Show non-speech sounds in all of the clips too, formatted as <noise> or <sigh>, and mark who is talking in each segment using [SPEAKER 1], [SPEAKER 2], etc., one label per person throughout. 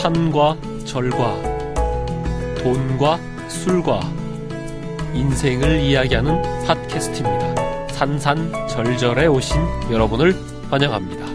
[SPEAKER 1] 산과 절과 돈과 술과 인생을 이야기하는 팟캐스트입니다. 산산절절에 오신 여러분을 환영합니다.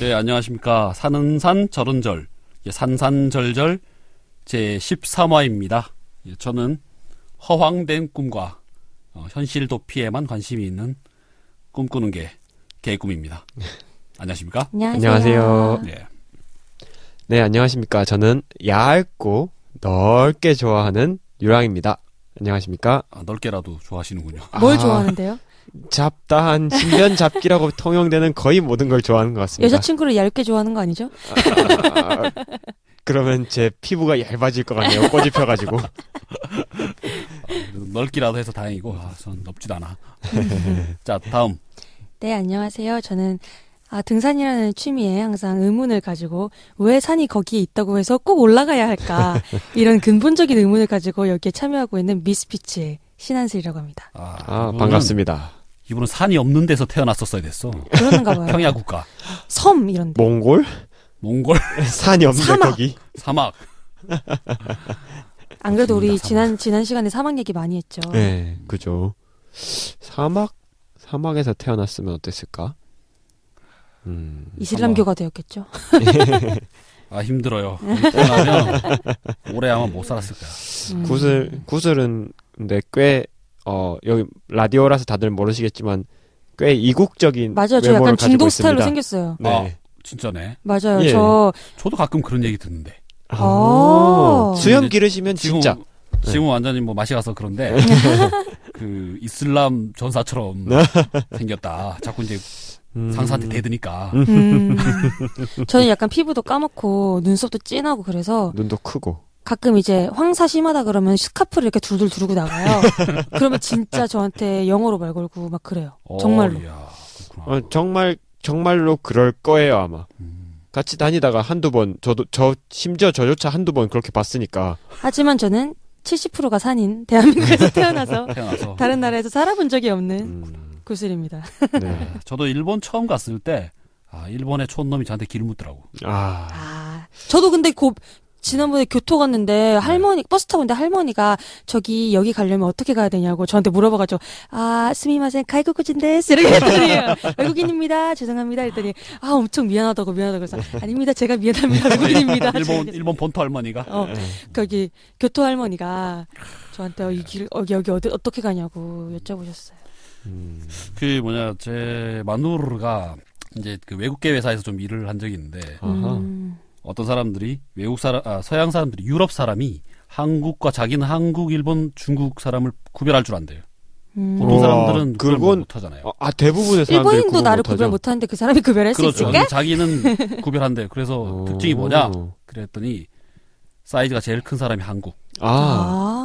[SPEAKER 2] 네, 안녕하십니까. 산은 산, 절은 절. 예, 산산절절 제 13화입니다. 예, 저는 허황된 꿈과 어, 현실 도피에만 관심이 있는 꿈꾸는 게 개꿈입니다. 안녕하십니까?
[SPEAKER 3] 안녕하세요.
[SPEAKER 2] 예.
[SPEAKER 3] 네, 안녕하십니까. 저는 얇고 넓게 좋아하는 유랑입니다. 안녕하십니까.
[SPEAKER 2] 아, 넓게라도 좋아하시는군요.
[SPEAKER 4] 뭘
[SPEAKER 3] 아,
[SPEAKER 4] 좋아하는데요?
[SPEAKER 3] 잡다한 신변 잡기라고 <laughs> 통용되는 거의 모든 걸 좋아하는 것 같습니다.
[SPEAKER 4] 여자친구를 얇게 좋아하는 거 아니죠?
[SPEAKER 3] 아, 그러면 제 피부가 얇아질 것 같네요. 꼬집혀가지고.
[SPEAKER 4] <laughs>
[SPEAKER 2] 넓기라도 해서 다행이고, 아, 전 넓지도 않아.
[SPEAKER 3] <laughs>
[SPEAKER 2] 자, 다음.
[SPEAKER 4] 네, 안녕하세요. 저는 아, 등산이라는 취미에 항상 의문을 가지고 왜 산이 거기에 있다고 해서 꼭 올라가야
[SPEAKER 3] <laughs>
[SPEAKER 4] 할까 이런 근본적인 의문을 가지고 여기에 참여하고 있는 미스피치의 신한슬이라고 합니다.
[SPEAKER 2] 아,
[SPEAKER 3] 아,
[SPEAKER 2] 이분은-
[SPEAKER 3] 반갑습니다.
[SPEAKER 2] 이분은 산이 없는 데서 태어났었어야 됐어.
[SPEAKER 4] 그러는가
[SPEAKER 3] <laughs>
[SPEAKER 4] 봐요.
[SPEAKER 2] 평야국가,
[SPEAKER 4] 섬 이런데.
[SPEAKER 3] 몽골?
[SPEAKER 2] 몽골, <laughs>
[SPEAKER 3] 산이 없는데
[SPEAKER 4] 사막.
[SPEAKER 3] 거기?
[SPEAKER 2] 사막.
[SPEAKER 4] 안 그래도 우리
[SPEAKER 2] 맞습니다,
[SPEAKER 4] 지난 지난 시간에 사막 얘기 많이 했죠.
[SPEAKER 3] 네, 그죠. 사막? 사막에서 태어났으면 어땠을까? 음,
[SPEAKER 4] 이슬람교가 되었겠죠.
[SPEAKER 2] 아, 힘들어요. 태어나면 오래 아마 못 살았을 거야.
[SPEAKER 4] 음.
[SPEAKER 3] 구슬 구슬은 근데 꽤어 여기 라디오라서 다들 모르시겠지만 꽤 이국적인
[SPEAKER 4] 맞아요. 저
[SPEAKER 3] 외모를
[SPEAKER 4] 약간
[SPEAKER 3] 가지고
[SPEAKER 4] 중동
[SPEAKER 3] 있습니다.
[SPEAKER 4] 스타일로 생겼어요.
[SPEAKER 3] 네.
[SPEAKER 2] 진짜네.
[SPEAKER 4] 맞아요.
[SPEAKER 3] 예.
[SPEAKER 4] 저
[SPEAKER 2] 저도 가끔 그런 얘기 듣는데.
[SPEAKER 4] 아.
[SPEAKER 3] 아. 수염 기르시면
[SPEAKER 2] 어. 지금
[SPEAKER 3] 진짜 네.
[SPEAKER 2] 지금 완전히 뭐 맛이 가서
[SPEAKER 3] <laughs>
[SPEAKER 2] 그런데 그 이슬람 전사처럼 생겼다. 자꾸 이제
[SPEAKER 3] 네. 음.
[SPEAKER 2] 상사한테 대드니까.
[SPEAKER 4] 음. 저는 약간 피부도 까맣고 눈썹도 진하고 그래서
[SPEAKER 3] 눈도 크고
[SPEAKER 4] 가끔 이제 황사 심하다 그러면 스카프를 이렇게 둘둘 두르고 나가요. 그러면 진짜 저한테 영어로 말 걸고 막 그래요.
[SPEAKER 2] 어,
[SPEAKER 4] 정말로.
[SPEAKER 2] 이야, 그렇구나.
[SPEAKER 3] 어, 정말 정말로 그럴 거예요 아마
[SPEAKER 2] 음.
[SPEAKER 3] 같이 다니다가 한두 번 저도 저 심지어 저조차 한두 번 그렇게 봤으니까
[SPEAKER 4] 하지만 저는 70%가 산인 대한민국에서 <laughs> 태어나서
[SPEAKER 2] 태어나서
[SPEAKER 4] 다른 나라에서 살아본 적이 없는
[SPEAKER 3] 음,
[SPEAKER 4] 구슬입니다.
[SPEAKER 2] <laughs>
[SPEAKER 3] 네.
[SPEAKER 2] 저도 일본 처음 갔을 때 아, 일본의 촌놈이 저한테 길 묻더라고.
[SPEAKER 3] 아, 네.
[SPEAKER 4] 아, 저도 근데 곧 지난번에 교토 갔는데 할머니 버스 타고 있는데 할머니가 저기 여기 가려면 어떻게 가야 되냐고 저한테 물어봐가지고 아 스미마셍 가이코코진데 이렇게 했더니
[SPEAKER 3] <laughs>
[SPEAKER 4] 외국인입니다 죄송합니다 했더니 아 엄청 미안하다고 미안하다고 그래서
[SPEAKER 3] 네.
[SPEAKER 4] 아닙니다 제가 미안합니다 외국인입니다
[SPEAKER 2] 일본 일본 본토 할머니가
[SPEAKER 4] 어
[SPEAKER 3] 네.
[SPEAKER 4] 거기 교토 할머니가 저한테 어, 이길 어, 여기 어디 어떻게 가냐고 여쭤보셨어요
[SPEAKER 3] 음,
[SPEAKER 2] 그 뭐냐 제 마누르가 이제 그 외국계 회사에서 좀 일을 한 적이 있는데
[SPEAKER 3] 아하.
[SPEAKER 4] 음,
[SPEAKER 2] 어떤 사람들이 외국 사람, 아, 서양 사람들이 유럽 사람이 한국과 자기는 한국, 일본, 중국 사람을 구별할 줄 안대요.
[SPEAKER 4] 음.
[SPEAKER 2] 보통
[SPEAKER 3] 우와,
[SPEAKER 2] 사람들은 구별
[SPEAKER 3] 그건-
[SPEAKER 2] 못하잖아요.
[SPEAKER 3] 어, 아 대부분의 사람들이
[SPEAKER 4] 일본인도
[SPEAKER 3] 구분
[SPEAKER 4] 나를
[SPEAKER 3] 못하죠.
[SPEAKER 4] 구별 못하는데 그 사람이 구별할 수
[SPEAKER 2] 그렇죠.
[SPEAKER 4] 있을까?
[SPEAKER 2] 근데 자기는 구별한대요. 그래서
[SPEAKER 3] <laughs> 오.
[SPEAKER 2] 어, 특징이 뭐냐? 그랬더니 사이즈가 제일 큰 사람이 한국.
[SPEAKER 3] 아,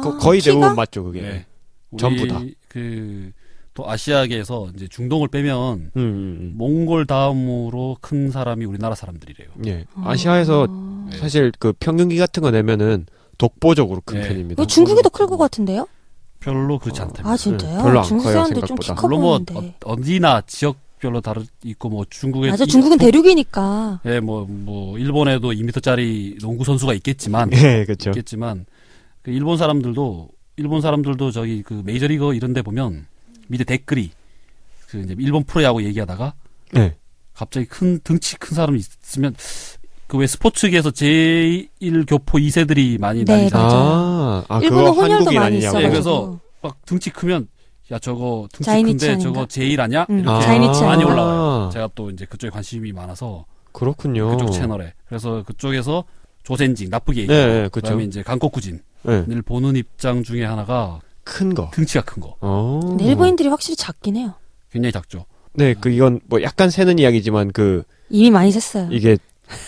[SPEAKER 4] 아,
[SPEAKER 3] 거- 거의
[SPEAKER 4] 키가?
[SPEAKER 3] 대부분 맞죠 그게
[SPEAKER 2] 네. 우리
[SPEAKER 3] 전부 다.
[SPEAKER 2] 그, 또 아시아계에서 이제 중동을 빼면
[SPEAKER 3] 음, 음, 음.
[SPEAKER 2] 몽골 다음으로 큰 사람이 우리나라 사람들이래요.
[SPEAKER 3] 예. 아시아에서
[SPEAKER 4] 아.
[SPEAKER 2] 네.
[SPEAKER 3] 사실 그 평균기 같은 거 내면은 독보적으로 큰
[SPEAKER 2] 네.
[SPEAKER 3] 편입니다.
[SPEAKER 4] 어, 중국이 더 클 것 같은데요?
[SPEAKER 2] 별로 그렇지 않답니다.
[SPEAKER 4] 아 진짜요?
[SPEAKER 3] 네, 별로 안
[SPEAKER 4] 중국
[SPEAKER 3] 커요,
[SPEAKER 4] 사람들 좀 키
[SPEAKER 3] 생각보다.
[SPEAKER 4] 커
[SPEAKER 2] 물론 뭐
[SPEAKER 4] 보이는데.
[SPEAKER 2] 어, 어디나 지역별로 다르 있고 뭐 중국에
[SPEAKER 4] 맞아,
[SPEAKER 2] 이-
[SPEAKER 4] 중국은 대륙이니까.
[SPEAKER 2] 예, 뭐, 뭐, 일본에도 2m짜리 농구 선수가 있겠지만,
[SPEAKER 3] 예, 그렇죠.
[SPEAKER 2] 있겠지만, 그 일본 사람들도, 일본 사람들도 저기 그 메이저리거 이런 데 보면 밑에 댓글이 그 이제 일본 프로야구 얘기하다가
[SPEAKER 3] 예.
[SPEAKER 2] 갑자기 큰 등치 큰 사람이 있으면 그 왜 스포츠계에서 제1교포 2세들이 많이
[SPEAKER 4] 네,
[SPEAKER 2] 나뉘
[SPEAKER 4] 맞아요.
[SPEAKER 3] 아, 아
[SPEAKER 4] 일본은
[SPEAKER 3] 그거
[SPEAKER 4] 혼혈도
[SPEAKER 3] 한국인
[SPEAKER 4] 많이
[SPEAKER 3] 아니냐고.
[SPEAKER 2] 예,
[SPEAKER 4] 있어가지고.
[SPEAKER 2] 그래서 막 등치 크면 야, 저거 등치
[SPEAKER 4] 네. 자이니치
[SPEAKER 2] 큰데
[SPEAKER 4] 아닌가?
[SPEAKER 2] 저거 제1 아냐?
[SPEAKER 4] 음,
[SPEAKER 2] 이렇게
[SPEAKER 4] 자이니치
[SPEAKER 2] 많이
[SPEAKER 4] 아닌가?
[SPEAKER 2] 올라와요. 제가 또 이제 그쪽에 관심이 많아서
[SPEAKER 3] 그렇군요.
[SPEAKER 2] 그쪽 채널에. 그래서 그쪽에서 조센징 나쁘게 얘기.
[SPEAKER 3] 네, 네, 그쵸.
[SPEAKER 2] 그다음에 이제 강코쿠진을
[SPEAKER 3] 예.
[SPEAKER 2] 보는 입장 중에 하나가
[SPEAKER 3] 큰 거.
[SPEAKER 2] 등치가 큰 거.
[SPEAKER 3] 어.
[SPEAKER 4] 근데 일본인들이 확실히 작긴 해요.
[SPEAKER 2] 굉장히 작죠.
[SPEAKER 3] 네, 그 이건 뭐 약간 새는 이야기지만 그
[SPEAKER 4] 이미 많이 샜어요.
[SPEAKER 3] 이게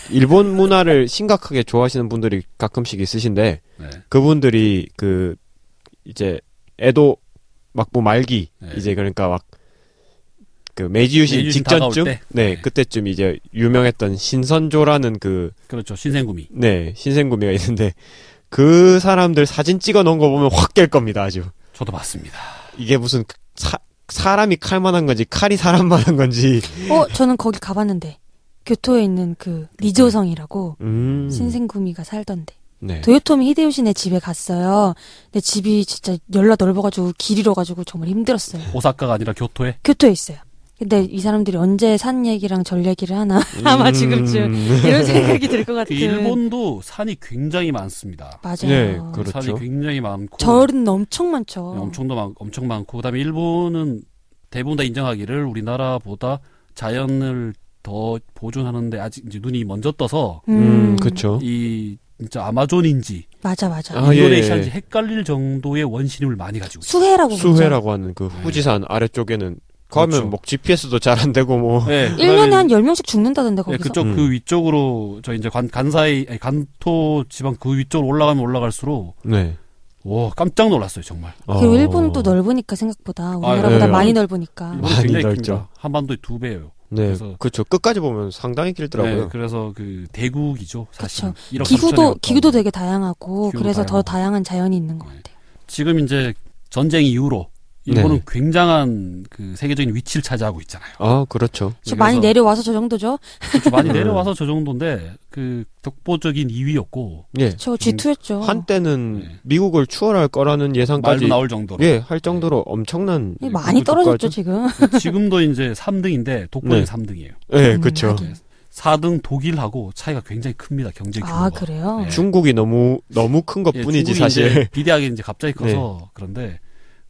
[SPEAKER 3] 일본 문화를 심각하게 좋아하시는 분들이 가끔씩 있으신데
[SPEAKER 2] 네.
[SPEAKER 3] 그분들이 그 이제 에도 막부 뭐 말기
[SPEAKER 2] 네.
[SPEAKER 3] 이제 그러니까 막 그 메이지유신
[SPEAKER 2] 메이지유신
[SPEAKER 3] 직전쯤
[SPEAKER 2] 다가올 때.
[SPEAKER 3] 네,
[SPEAKER 2] 네.
[SPEAKER 3] 그때쯤 이제 유명했던 신선조라는 그
[SPEAKER 2] 그렇죠. 신생구미.
[SPEAKER 3] 네, 신생구미가 있는데 그 사람들 사진 찍어 놓은 거 보면 확 깰 겁니다, 아주.
[SPEAKER 2] 저도 봤습니다.
[SPEAKER 3] 이게 무슨 그 사, 사람이 칼만한 건지 칼이 사람만한 건지
[SPEAKER 4] 어, 저는 거기 가봤는데. 교토에 있는 그 니조성이라고
[SPEAKER 3] 음.
[SPEAKER 4] 신생구미가 살던데.
[SPEAKER 3] 네.
[SPEAKER 4] 도요토미 히데요시네 집에 갔어요. 근데 집이 진짜 열라 넓어가지고 길 잃어가지고 정말 힘들었어요.
[SPEAKER 3] 네.
[SPEAKER 2] 오사카가 아니라 교토에
[SPEAKER 4] 교토에 있어요. 근데 이 사람들이 언제 산 얘기랑 절 얘기를 하나 <laughs> 아마 지금쯤
[SPEAKER 3] 음.
[SPEAKER 4] 이런 생각이 들 것
[SPEAKER 2] 그
[SPEAKER 4] 같은.
[SPEAKER 2] 일본도 산이 굉장히 많습니다.
[SPEAKER 4] 맞아요.
[SPEAKER 3] 네, 그- 그렇죠.
[SPEAKER 2] 산이 굉장히 많고
[SPEAKER 4] 절은 엄청 많죠.
[SPEAKER 2] 네, 엄청도 많, 엄청 많고 그다음에 일본은 대부분 다 인정하기를 우리나라보다 자연을 더 보존하는데 아직 이제 눈이 먼저 떠서
[SPEAKER 3] 음,
[SPEAKER 4] 음,
[SPEAKER 3] 그쵸.
[SPEAKER 2] 이 진짜 아마존인지
[SPEAKER 4] 맞아 맞아.
[SPEAKER 3] 아, 예,
[SPEAKER 2] 인도네시아인지
[SPEAKER 3] 예.
[SPEAKER 2] 헷갈릴 정도의 원시림을 많이 가지고 있어요.
[SPEAKER 4] 수해라고 부르죠.
[SPEAKER 3] 수해라고 하는 그
[SPEAKER 4] 네.
[SPEAKER 3] 후지산 아래쪽에는 가면
[SPEAKER 2] 그렇죠.
[SPEAKER 3] 뭐 GPS도 잘 안 되고 뭐
[SPEAKER 2] 네, 그다음에
[SPEAKER 4] 1년에 한 10명씩 죽는다던데
[SPEAKER 2] 예,
[SPEAKER 4] 거기서.
[SPEAKER 2] 그쪽
[SPEAKER 3] 음.
[SPEAKER 2] 그 위쪽으로 저 이제 관 간사이 아니, 간토 지방 그 위쪽으로 올라가면 올라갈수록
[SPEAKER 3] 네.
[SPEAKER 2] 와 깜짝 놀랐어요 정말.
[SPEAKER 4] 그리고
[SPEAKER 3] 어.
[SPEAKER 4] 일본도 넓으니까 생각보다 우리나라보다
[SPEAKER 3] 네.
[SPEAKER 4] 많이 넓으니까.
[SPEAKER 2] 아, 예. 일본이
[SPEAKER 3] 많이
[SPEAKER 2] 굉장히
[SPEAKER 3] 넓죠.
[SPEAKER 2] 큽니다. 한반도의 두 배예요.
[SPEAKER 3] 네.
[SPEAKER 2] 그래서-
[SPEAKER 3] 그렇죠. 끝까지 보면 상당히 길더라고요.
[SPEAKER 2] 네, 그래서 그 대국이죠 사실.
[SPEAKER 4] 그쵸.
[SPEAKER 3] 아,
[SPEAKER 2] 이렇게
[SPEAKER 4] 기후도
[SPEAKER 2] 발전해
[SPEAKER 4] 기후도
[SPEAKER 2] 왔다고.
[SPEAKER 4] 되게 다양하고
[SPEAKER 2] 기후도
[SPEAKER 4] 그래서 더
[SPEAKER 2] 다양하고.
[SPEAKER 4] 다양한 자연이 있는 것
[SPEAKER 2] 네.
[SPEAKER 4] 같아요.
[SPEAKER 2] 지금 이제 전쟁 이후로 일본은
[SPEAKER 3] 네.
[SPEAKER 2] 굉장한 그 세계적인 위치를 차지하고 있잖아요.
[SPEAKER 3] 아, 그렇죠.
[SPEAKER 4] 저 많이
[SPEAKER 2] 그래서
[SPEAKER 4] 내려와서 저 정도죠.
[SPEAKER 2] 그렇죠. 많이
[SPEAKER 3] 음.
[SPEAKER 2] 내려와서 저 정도인데 그 독보적인 2위였고
[SPEAKER 3] 예.
[SPEAKER 4] 저
[SPEAKER 2] 음,
[SPEAKER 4] G2였죠.
[SPEAKER 3] 한때는
[SPEAKER 2] 네.
[SPEAKER 3] 미국을 추월할 거라는
[SPEAKER 2] 말도
[SPEAKER 3] 예상까지
[SPEAKER 2] 나올 네. 정도로
[SPEAKER 3] 예, 할 정도로 엄청난
[SPEAKER 4] 예,
[SPEAKER 2] 음,
[SPEAKER 4] 많이
[SPEAKER 3] 그
[SPEAKER 4] 떨어졌죠
[SPEAKER 3] 국가죠?
[SPEAKER 4] 지금.
[SPEAKER 2] 지금도 이제 3등인데 독보적인
[SPEAKER 3] 네.
[SPEAKER 2] 3등이에요.
[SPEAKER 3] 예,
[SPEAKER 4] 음,
[SPEAKER 3] 그렇죠.
[SPEAKER 4] 하긴.
[SPEAKER 2] 4등 독일하고 차이가 굉장히 큽니다. 경제 규모가.
[SPEAKER 4] 아 그래요.
[SPEAKER 2] 네.
[SPEAKER 3] 중국이 너무 너무 큰
[SPEAKER 2] 예,
[SPEAKER 3] 것뿐이지
[SPEAKER 2] 중국이
[SPEAKER 3] 사실. <laughs> 네.
[SPEAKER 2] 이제 비대하게 이제 갑자기 커서 그런데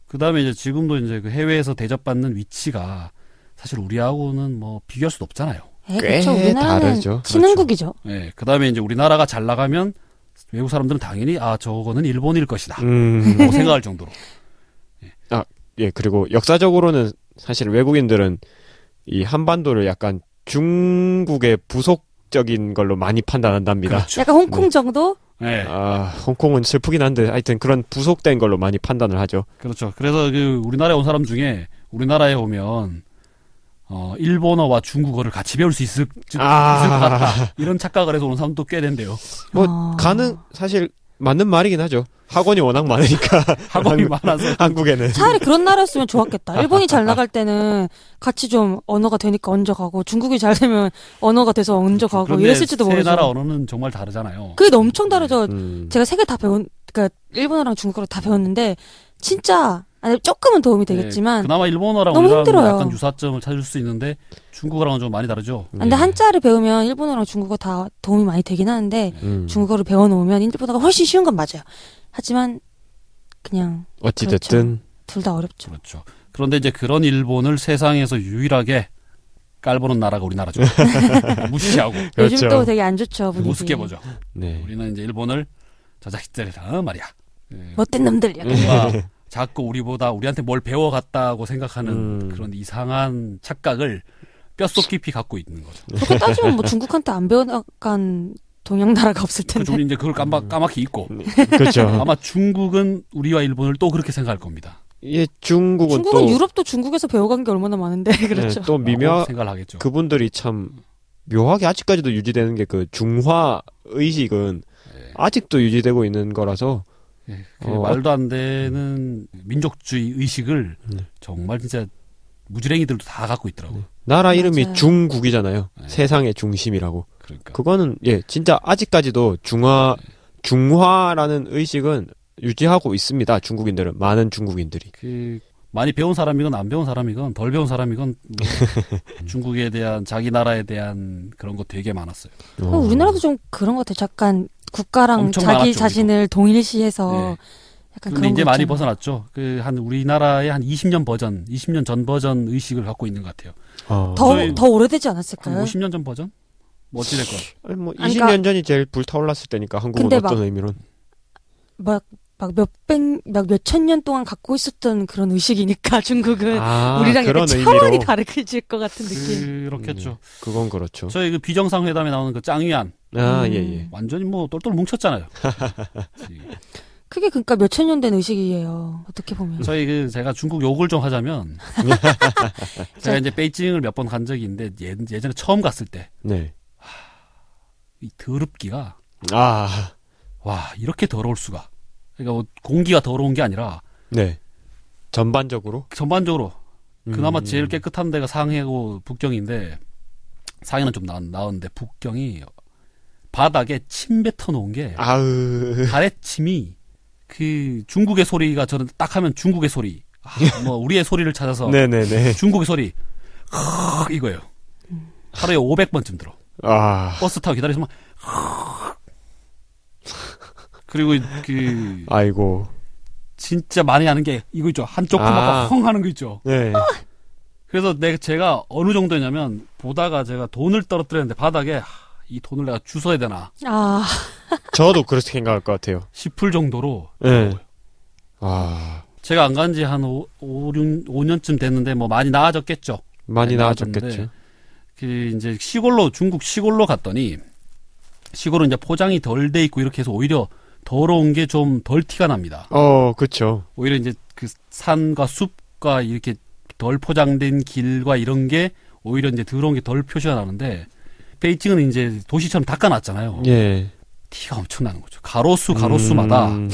[SPEAKER 2] 그 다음에 이제 지금도 이제 그 해외에서 대접받는 위치가 사실 우리하고는 뭐 비교할 수도 없잖아요.
[SPEAKER 4] 에,
[SPEAKER 3] 꽤
[SPEAKER 4] 그쵸. 우리나라는
[SPEAKER 3] 다르죠.
[SPEAKER 4] 신흥국이죠.
[SPEAKER 2] 예, 그 다음에 이제 우리나라가 잘 나가면 외국 사람들은 당연히 아 저거는 일본일 것이다
[SPEAKER 4] <laughs>
[SPEAKER 3] 음.
[SPEAKER 2] 라고 생각할
[SPEAKER 3] <laughs>
[SPEAKER 2] 정도로
[SPEAKER 3] 예, 그리고 역사적으로는 사실 외국인들은 이 한반도를 약간 중국의 부속적인 걸로 많이 판단한답니다.
[SPEAKER 2] 그렇죠.
[SPEAKER 4] 약간 홍콩
[SPEAKER 3] 네.
[SPEAKER 4] 정도.
[SPEAKER 2] 예,
[SPEAKER 3] 아, 홍콩은 슬프긴 한데 하여튼 그런 부속된 걸로 많이 판단을 하죠.
[SPEAKER 2] 그렇죠. 그래서 그 우리나라에 온 사람 중에 우리나라에 오면 어 일본어와 중국어를 같이 배울 수 있을, 있을
[SPEAKER 3] 아,
[SPEAKER 2] 것 같다 <laughs> 이런 착각을 해서 온 사람도 꽤 된대요.
[SPEAKER 3] 뭐
[SPEAKER 4] 아.
[SPEAKER 3] 가능 사실 맞는 말이긴 하죠. 학원이 워낙 많으니까 <laughs>
[SPEAKER 2] 학원이 많아서
[SPEAKER 3] 한국에는
[SPEAKER 4] 차라리 그런 나라였으면 좋았겠다. 일본이 잘 나갈 때는 같이 좀 언어가 되니까 얹어가고 중국이 잘 되면 언어가 돼서 얹어가고
[SPEAKER 2] 그런데
[SPEAKER 4] 이랬을지도
[SPEAKER 2] 세
[SPEAKER 4] 모르죠.
[SPEAKER 2] 나라 언어는 정말 다르잖아요.
[SPEAKER 4] 그게 엄청 다르죠.
[SPEAKER 3] 음.
[SPEAKER 4] 제가 세 개 다 배운, 그러니까 일본어랑 중국어를 다 배웠는데 진짜 아니 조금은 도움이
[SPEAKER 2] 예,
[SPEAKER 4] 되겠지만
[SPEAKER 2] 그나마 일본어랑
[SPEAKER 4] 아, 너무
[SPEAKER 2] 우리나라는
[SPEAKER 4] 힘들어요.
[SPEAKER 2] 약간 유사점을 찾을 수 있는데 중국어랑은 좀 많이 다르죠.
[SPEAKER 4] 아, 근데 한자를 배우면 일본어랑 중국어 다 도움이 많이 되긴 하는데
[SPEAKER 3] 음.
[SPEAKER 4] 중국어를 배워놓으면 일본어가 훨씬 쉬운 건 맞아요. 하지만 그냥
[SPEAKER 3] 어찌
[SPEAKER 4] 그렇죠.
[SPEAKER 3] 됐든
[SPEAKER 4] 둘 다 어렵죠.
[SPEAKER 2] 그렇죠. 그런데 이제 그런 일본을 세상에서 유일하게 깔보는 나라가
[SPEAKER 4] <laughs>
[SPEAKER 2] 우리나라죠. 무시하고
[SPEAKER 4] 요즘 또 되게 안 좋죠 분위기.
[SPEAKER 2] 그렇죠. 우습게 보죠.
[SPEAKER 3] 그렇죠.
[SPEAKER 4] 음.
[SPEAKER 3] 네.
[SPEAKER 2] 우리는 이제 일본을 저 자식들이다 말이야. 예,
[SPEAKER 4] 못된 놈들 약간. <laughs>
[SPEAKER 2] 뭔가 자꾸 우리보다 우리한테 뭘 배워갔다고 생각하는
[SPEAKER 3] 음.
[SPEAKER 2] 그런 이상한 착각을 뼛속 깊이 갖고 있는 거죠.
[SPEAKER 4] 그렇게 따지면 뭐 중국한테 안 배워간 동양 나라가 없을 텐데.
[SPEAKER 2] 그래서 우리 이제 그걸 깜빡 까맣게 잊고
[SPEAKER 3] <laughs> 그렇죠.
[SPEAKER 2] 아마 중국은 우리와 일본을 또 그렇게 생각할 겁니다.
[SPEAKER 3] 예, 중국은,
[SPEAKER 4] 중국은
[SPEAKER 3] 또
[SPEAKER 4] 유럽도 중국에서 배워간 게 얼마나 많은데 <laughs> 그렇죠.
[SPEAKER 3] 네,
[SPEAKER 2] 라고
[SPEAKER 3] 또 미묘
[SPEAKER 2] 아, 뭐 생각을 하겠죠.
[SPEAKER 3] 그분들이 참 묘하게 아직까지도 유지되는 게 그 중화 의식은
[SPEAKER 2] 예.
[SPEAKER 3] 아직도 유지되고 있는 거라서
[SPEAKER 2] 예, 그
[SPEAKER 3] 어,
[SPEAKER 2] 말도 안 되는 민족주의 의식을
[SPEAKER 3] 네.
[SPEAKER 2] 정말 진짜 무지랭이들도 다 갖고 있더라고요.
[SPEAKER 3] 나라 이름이
[SPEAKER 4] 맞아요.
[SPEAKER 3] 중국이잖아요.
[SPEAKER 2] 네.
[SPEAKER 3] 세상의 중심이라고.
[SPEAKER 2] 그러니까.
[SPEAKER 3] 그거는 예, 진짜 아직까지도 중화
[SPEAKER 2] 네.
[SPEAKER 3] 중화라는 의식은 유지하고 있습니다. 중국인들은 많은 중국인들이.
[SPEAKER 2] 그 많이 배운 사람이건 안 배운 사람이건 덜 배운 사람이건
[SPEAKER 3] <laughs>
[SPEAKER 2] 뭐 중국에 대한 자기 나라에 대한 그런 거 되게 많았어요.
[SPEAKER 4] 어, 우리나라도 좀 그런 것 같아요. 약간 국가랑
[SPEAKER 2] 엄청
[SPEAKER 4] 자기
[SPEAKER 2] 많았죠, 우리도.
[SPEAKER 4] 자신을 동일시해서
[SPEAKER 2] 네.
[SPEAKER 4] 약간
[SPEAKER 2] 근데
[SPEAKER 4] 그러니까 그런
[SPEAKER 2] 이제
[SPEAKER 4] 거
[SPEAKER 2] 많이
[SPEAKER 4] 있잖아요.
[SPEAKER 2] 벗어났죠. 그 한 우리나라의 한 20년 버전, 20년 전 버전 의식을 갖고 있는 것 같아요.
[SPEAKER 3] 어.
[SPEAKER 2] 거의
[SPEAKER 4] 더, 더 오래되지
[SPEAKER 2] 한
[SPEAKER 4] 않았을까요?
[SPEAKER 2] 50년 전 버전? 뭐 어찌됐건
[SPEAKER 3] 아니, 뭐
[SPEAKER 4] 아니,
[SPEAKER 3] 20년
[SPEAKER 4] 그러니까-
[SPEAKER 3] 전이 제일 불타올랐을 때니까 한국은
[SPEAKER 4] 근데
[SPEAKER 3] 어떤
[SPEAKER 4] 막-
[SPEAKER 3] 의미론.
[SPEAKER 4] 막, 막 몇백, 막 몇천 년 동안 갖고 있었던 그런 의식이니까 <laughs> 중국은
[SPEAKER 3] 아,
[SPEAKER 4] 그 우리랑 약간
[SPEAKER 3] 그런
[SPEAKER 4] 차원이
[SPEAKER 3] 의미로.
[SPEAKER 4] 다르질 것 같은
[SPEAKER 2] 음.
[SPEAKER 4] 느낌.
[SPEAKER 2] 그렇겠죠.
[SPEAKER 3] 그건 그렇죠.
[SPEAKER 2] 저희 그 비정상회담에 나오는 그 짱위안
[SPEAKER 3] 아,
[SPEAKER 4] 음.
[SPEAKER 3] 예, 예.
[SPEAKER 2] 완전히 뭐 똘똘 뭉쳤잖아요.
[SPEAKER 4] 그게 그러니까 몇천 년 된 의식이에요. 어떻게 보면.
[SPEAKER 2] 저희 그 제가 중국 욕을 좀 하자면 제가 이제 베이징을 몇 번 간 적이 있는데 예, 예전에 처음 갔을 때 이
[SPEAKER 3] 네.
[SPEAKER 2] 더럽기가
[SPEAKER 3] 아,
[SPEAKER 2] 와 이렇게 더러울 수가. 그러니까 뭐 공기가 더러운 게 아니라
[SPEAKER 3] 네. 전반적으로
[SPEAKER 2] 전반적으로
[SPEAKER 3] 음.
[SPEAKER 2] 그나마 제일 깨끗한 데가 상해고 북경인데 상해는 좀 나은, 나은데 북경이 바닥에 침 뱉어 놓은 게
[SPEAKER 3] 아으
[SPEAKER 2] 가래침이 그 중국의 소리가 저는 딱 하면 중국의 소리 아, 뭐 우리의 소리를 찾아서
[SPEAKER 3] 네네네
[SPEAKER 2] 중국의 소리 크으, 이거예요 하루에 500번쯤 들어
[SPEAKER 3] 아
[SPEAKER 2] 버스 타고 기다리면 그리고 그
[SPEAKER 3] 아이고
[SPEAKER 2] 진짜 많이 하는 게 이거 있죠 한쪽
[SPEAKER 3] 아.
[SPEAKER 2] 코마가 헝 하는 거 있죠
[SPEAKER 3] 네
[SPEAKER 2] 그래서 내 제가 어느 정도냐면 보다가 제가 돈을 떨어뜨렸는데 바닥에 하, 이 돈을 내가 주워야 되나
[SPEAKER 4] 아,
[SPEAKER 3] 저도 그렇게 생각할 것 같아요 네.
[SPEAKER 2] 싶을 정도로
[SPEAKER 3] 네아
[SPEAKER 2] 제가 안 간 지 한 오 오 년쯤 됐는데 뭐 많이 나아졌겠죠. 네,
[SPEAKER 3] 많이 나아졌겠죠
[SPEAKER 2] 나아졌는데. 그 이제 시골로 중국 시골로 갔더니 시골은 이제 포장이 덜 돼 있고 이렇게 해서 오히려 더러운 게 좀 덜 티가 납니다.
[SPEAKER 3] 어 그쵸
[SPEAKER 2] 오히려 이제 그 산과 숲과 이렇게 덜 포장된 길과 이런 게 오히려 이제 더러운 게 덜 표시가 나는데 베이징은 이제 도시처럼 닦아놨잖아요.
[SPEAKER 3] 예
[SPEAKER 2] 티가 엄청 나는 거죠. 가로수 가로수마다 <laughs>
[SPEAKER 3] 음.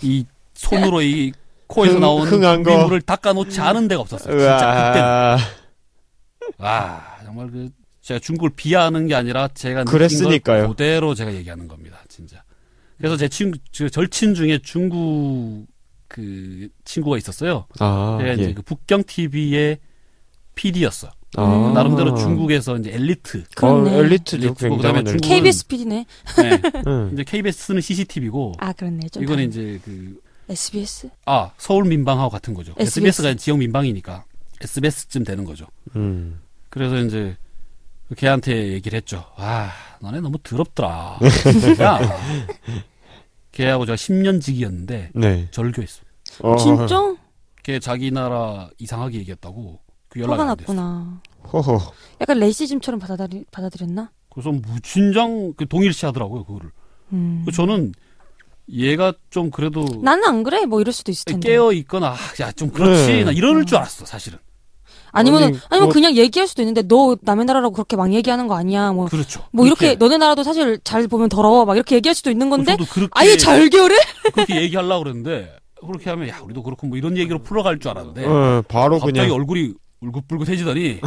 [SPEAKER 2] 이 손으로 이 코에서
[SPEAKER 3] 흥-
[SPEAKER 2] 나오는
[SPEAKER 3] 흥한 거.
[SPEAKER 2] 준비물을 닦아놓지 않은 데가 없었어요. 진짜 그때
[SPEAKER 3] 으아.
[SPEAKER 2] 와 정말 그 제가 중국을 비하하는 게 아니라 제가 느낀
[SPEAKER 3] 그랬으니까요.
[SPEAKER 2] 걸 그대로 제가 얘기하는 겁니다 진짜 그래서 제 친구 제 절친 중에 중국 그 친구가 있었어요
[SPEAKER 3] 아,
[SPEAKER 2] 제가 이제
[SPEAKER 3] 예.
[SPEAKER 2] 그 북경 TV의 PD였어
[SPEAKER 3] 아.
[SPEAKER 2] 음. 나름대로 중국에서 이제 엘리트
[SPEAKER 3] 어,
[SPEAKER 4] 그렇네.
[SPEAKER 3] 엘리트죠
[SPEAKER 2] 엘리트고 그다음에
[SPEAKER 3] 굉장한 엘리트.
[SPEAKER 2] 중국-
[SPEAKER 4] KBS PD네.
[SPEAKER 2] 네. <laughs>
[SPEAKER 3] 응.
[SPEAKER 2] 이제 KBS는 CCTV고
[SPEAKER 4] 아, 그렇네. 좀
[SPEAKER 2] 이거는
[SPEAKER 4] 다른-
[SPEAKER 2] 이제 그
[SPEAKER 4] SBS.
[SPEAKER 2] 아, 서울 민방하고 같은 거죠.
[SPEAKER 4] SBS.
[SPEAKER 2] SBS가 지역 민방이니까 SBS쯤 되는 거죠.
[SPEAKER 3] 음.
[SPEAKER 2] 그래서 이제 걔한테 얘기를 했죠. 아, 너네 너무 더럽더라. 야, 걔하고 제가 10년 지기였는데
[SPEAKER 3] 네
[SPEAKER 2] 절교했어.
[SPEAKER 3] 어,
[SPEAKER 4] 진짜
[SPEAKER 2] 걔 자기 나라 이상하게 얘기했다고 그 연락이
[SPEAKER 4] 화가
[SPEAKER 2] 안 됐어.
[SPEAKER 4] 났구나.
[SPEAKER 3] 호호
[SPEAKER 4] 약간 레이시즘처럼 받아들이, 받아들였나?
[SPEAKER 2] 그래서 무진장 그 동일시하더라고요 그거를.
[SPEAKER 4] 음.
[SPEAKER 2] 그래서 저는 얘가 좀 그래도
[SPEAKER 4] 나는 안 그래. 뭐 이럴 수도 있을 텐데. 음.
[SPEAKER 2] 깨어 있거나 아, 야 좀 그렇지
[SPEAKER 3] 네.
[SPEAKER 2] 나 이럴 줄 알았어 사실은.
[SPEAKER 4] 아니면
[SPEAKER 3] 아니,
[SPEAKER 4] 아니면
[SPEAKER 3] 뭐-
[SPEAKER 4] 그냥 얘기할 수도 있는데 너 남의 나라라고 그렇게 막 얘기하는 거 아니야. 뭐 뭐
[SPEAKER 2] 그렇죠.
[SPEAKER 4] 이렇게 너네 나라도 사실 잘 보면 더러워. 막 이렇게 얘기할 수도 있는 건데
[SPEAKER 2] 저도 그렇게
[SPEAKER 4] 아예 절교를?
[SPEAKER 2] 그렇게 얘기하려고 그랬는데 그렇게 하면 야 우리도 그렇고 뭐 이런 얘기로 풀어갈 줄 알았는데
[SPEAKER 3] 어, 바로
[SPEAKER 2] 네. 갑자기
[SPEAKER 3] 그냥
[SPEAKER 2] 얼굴이 울긋불긋해지더니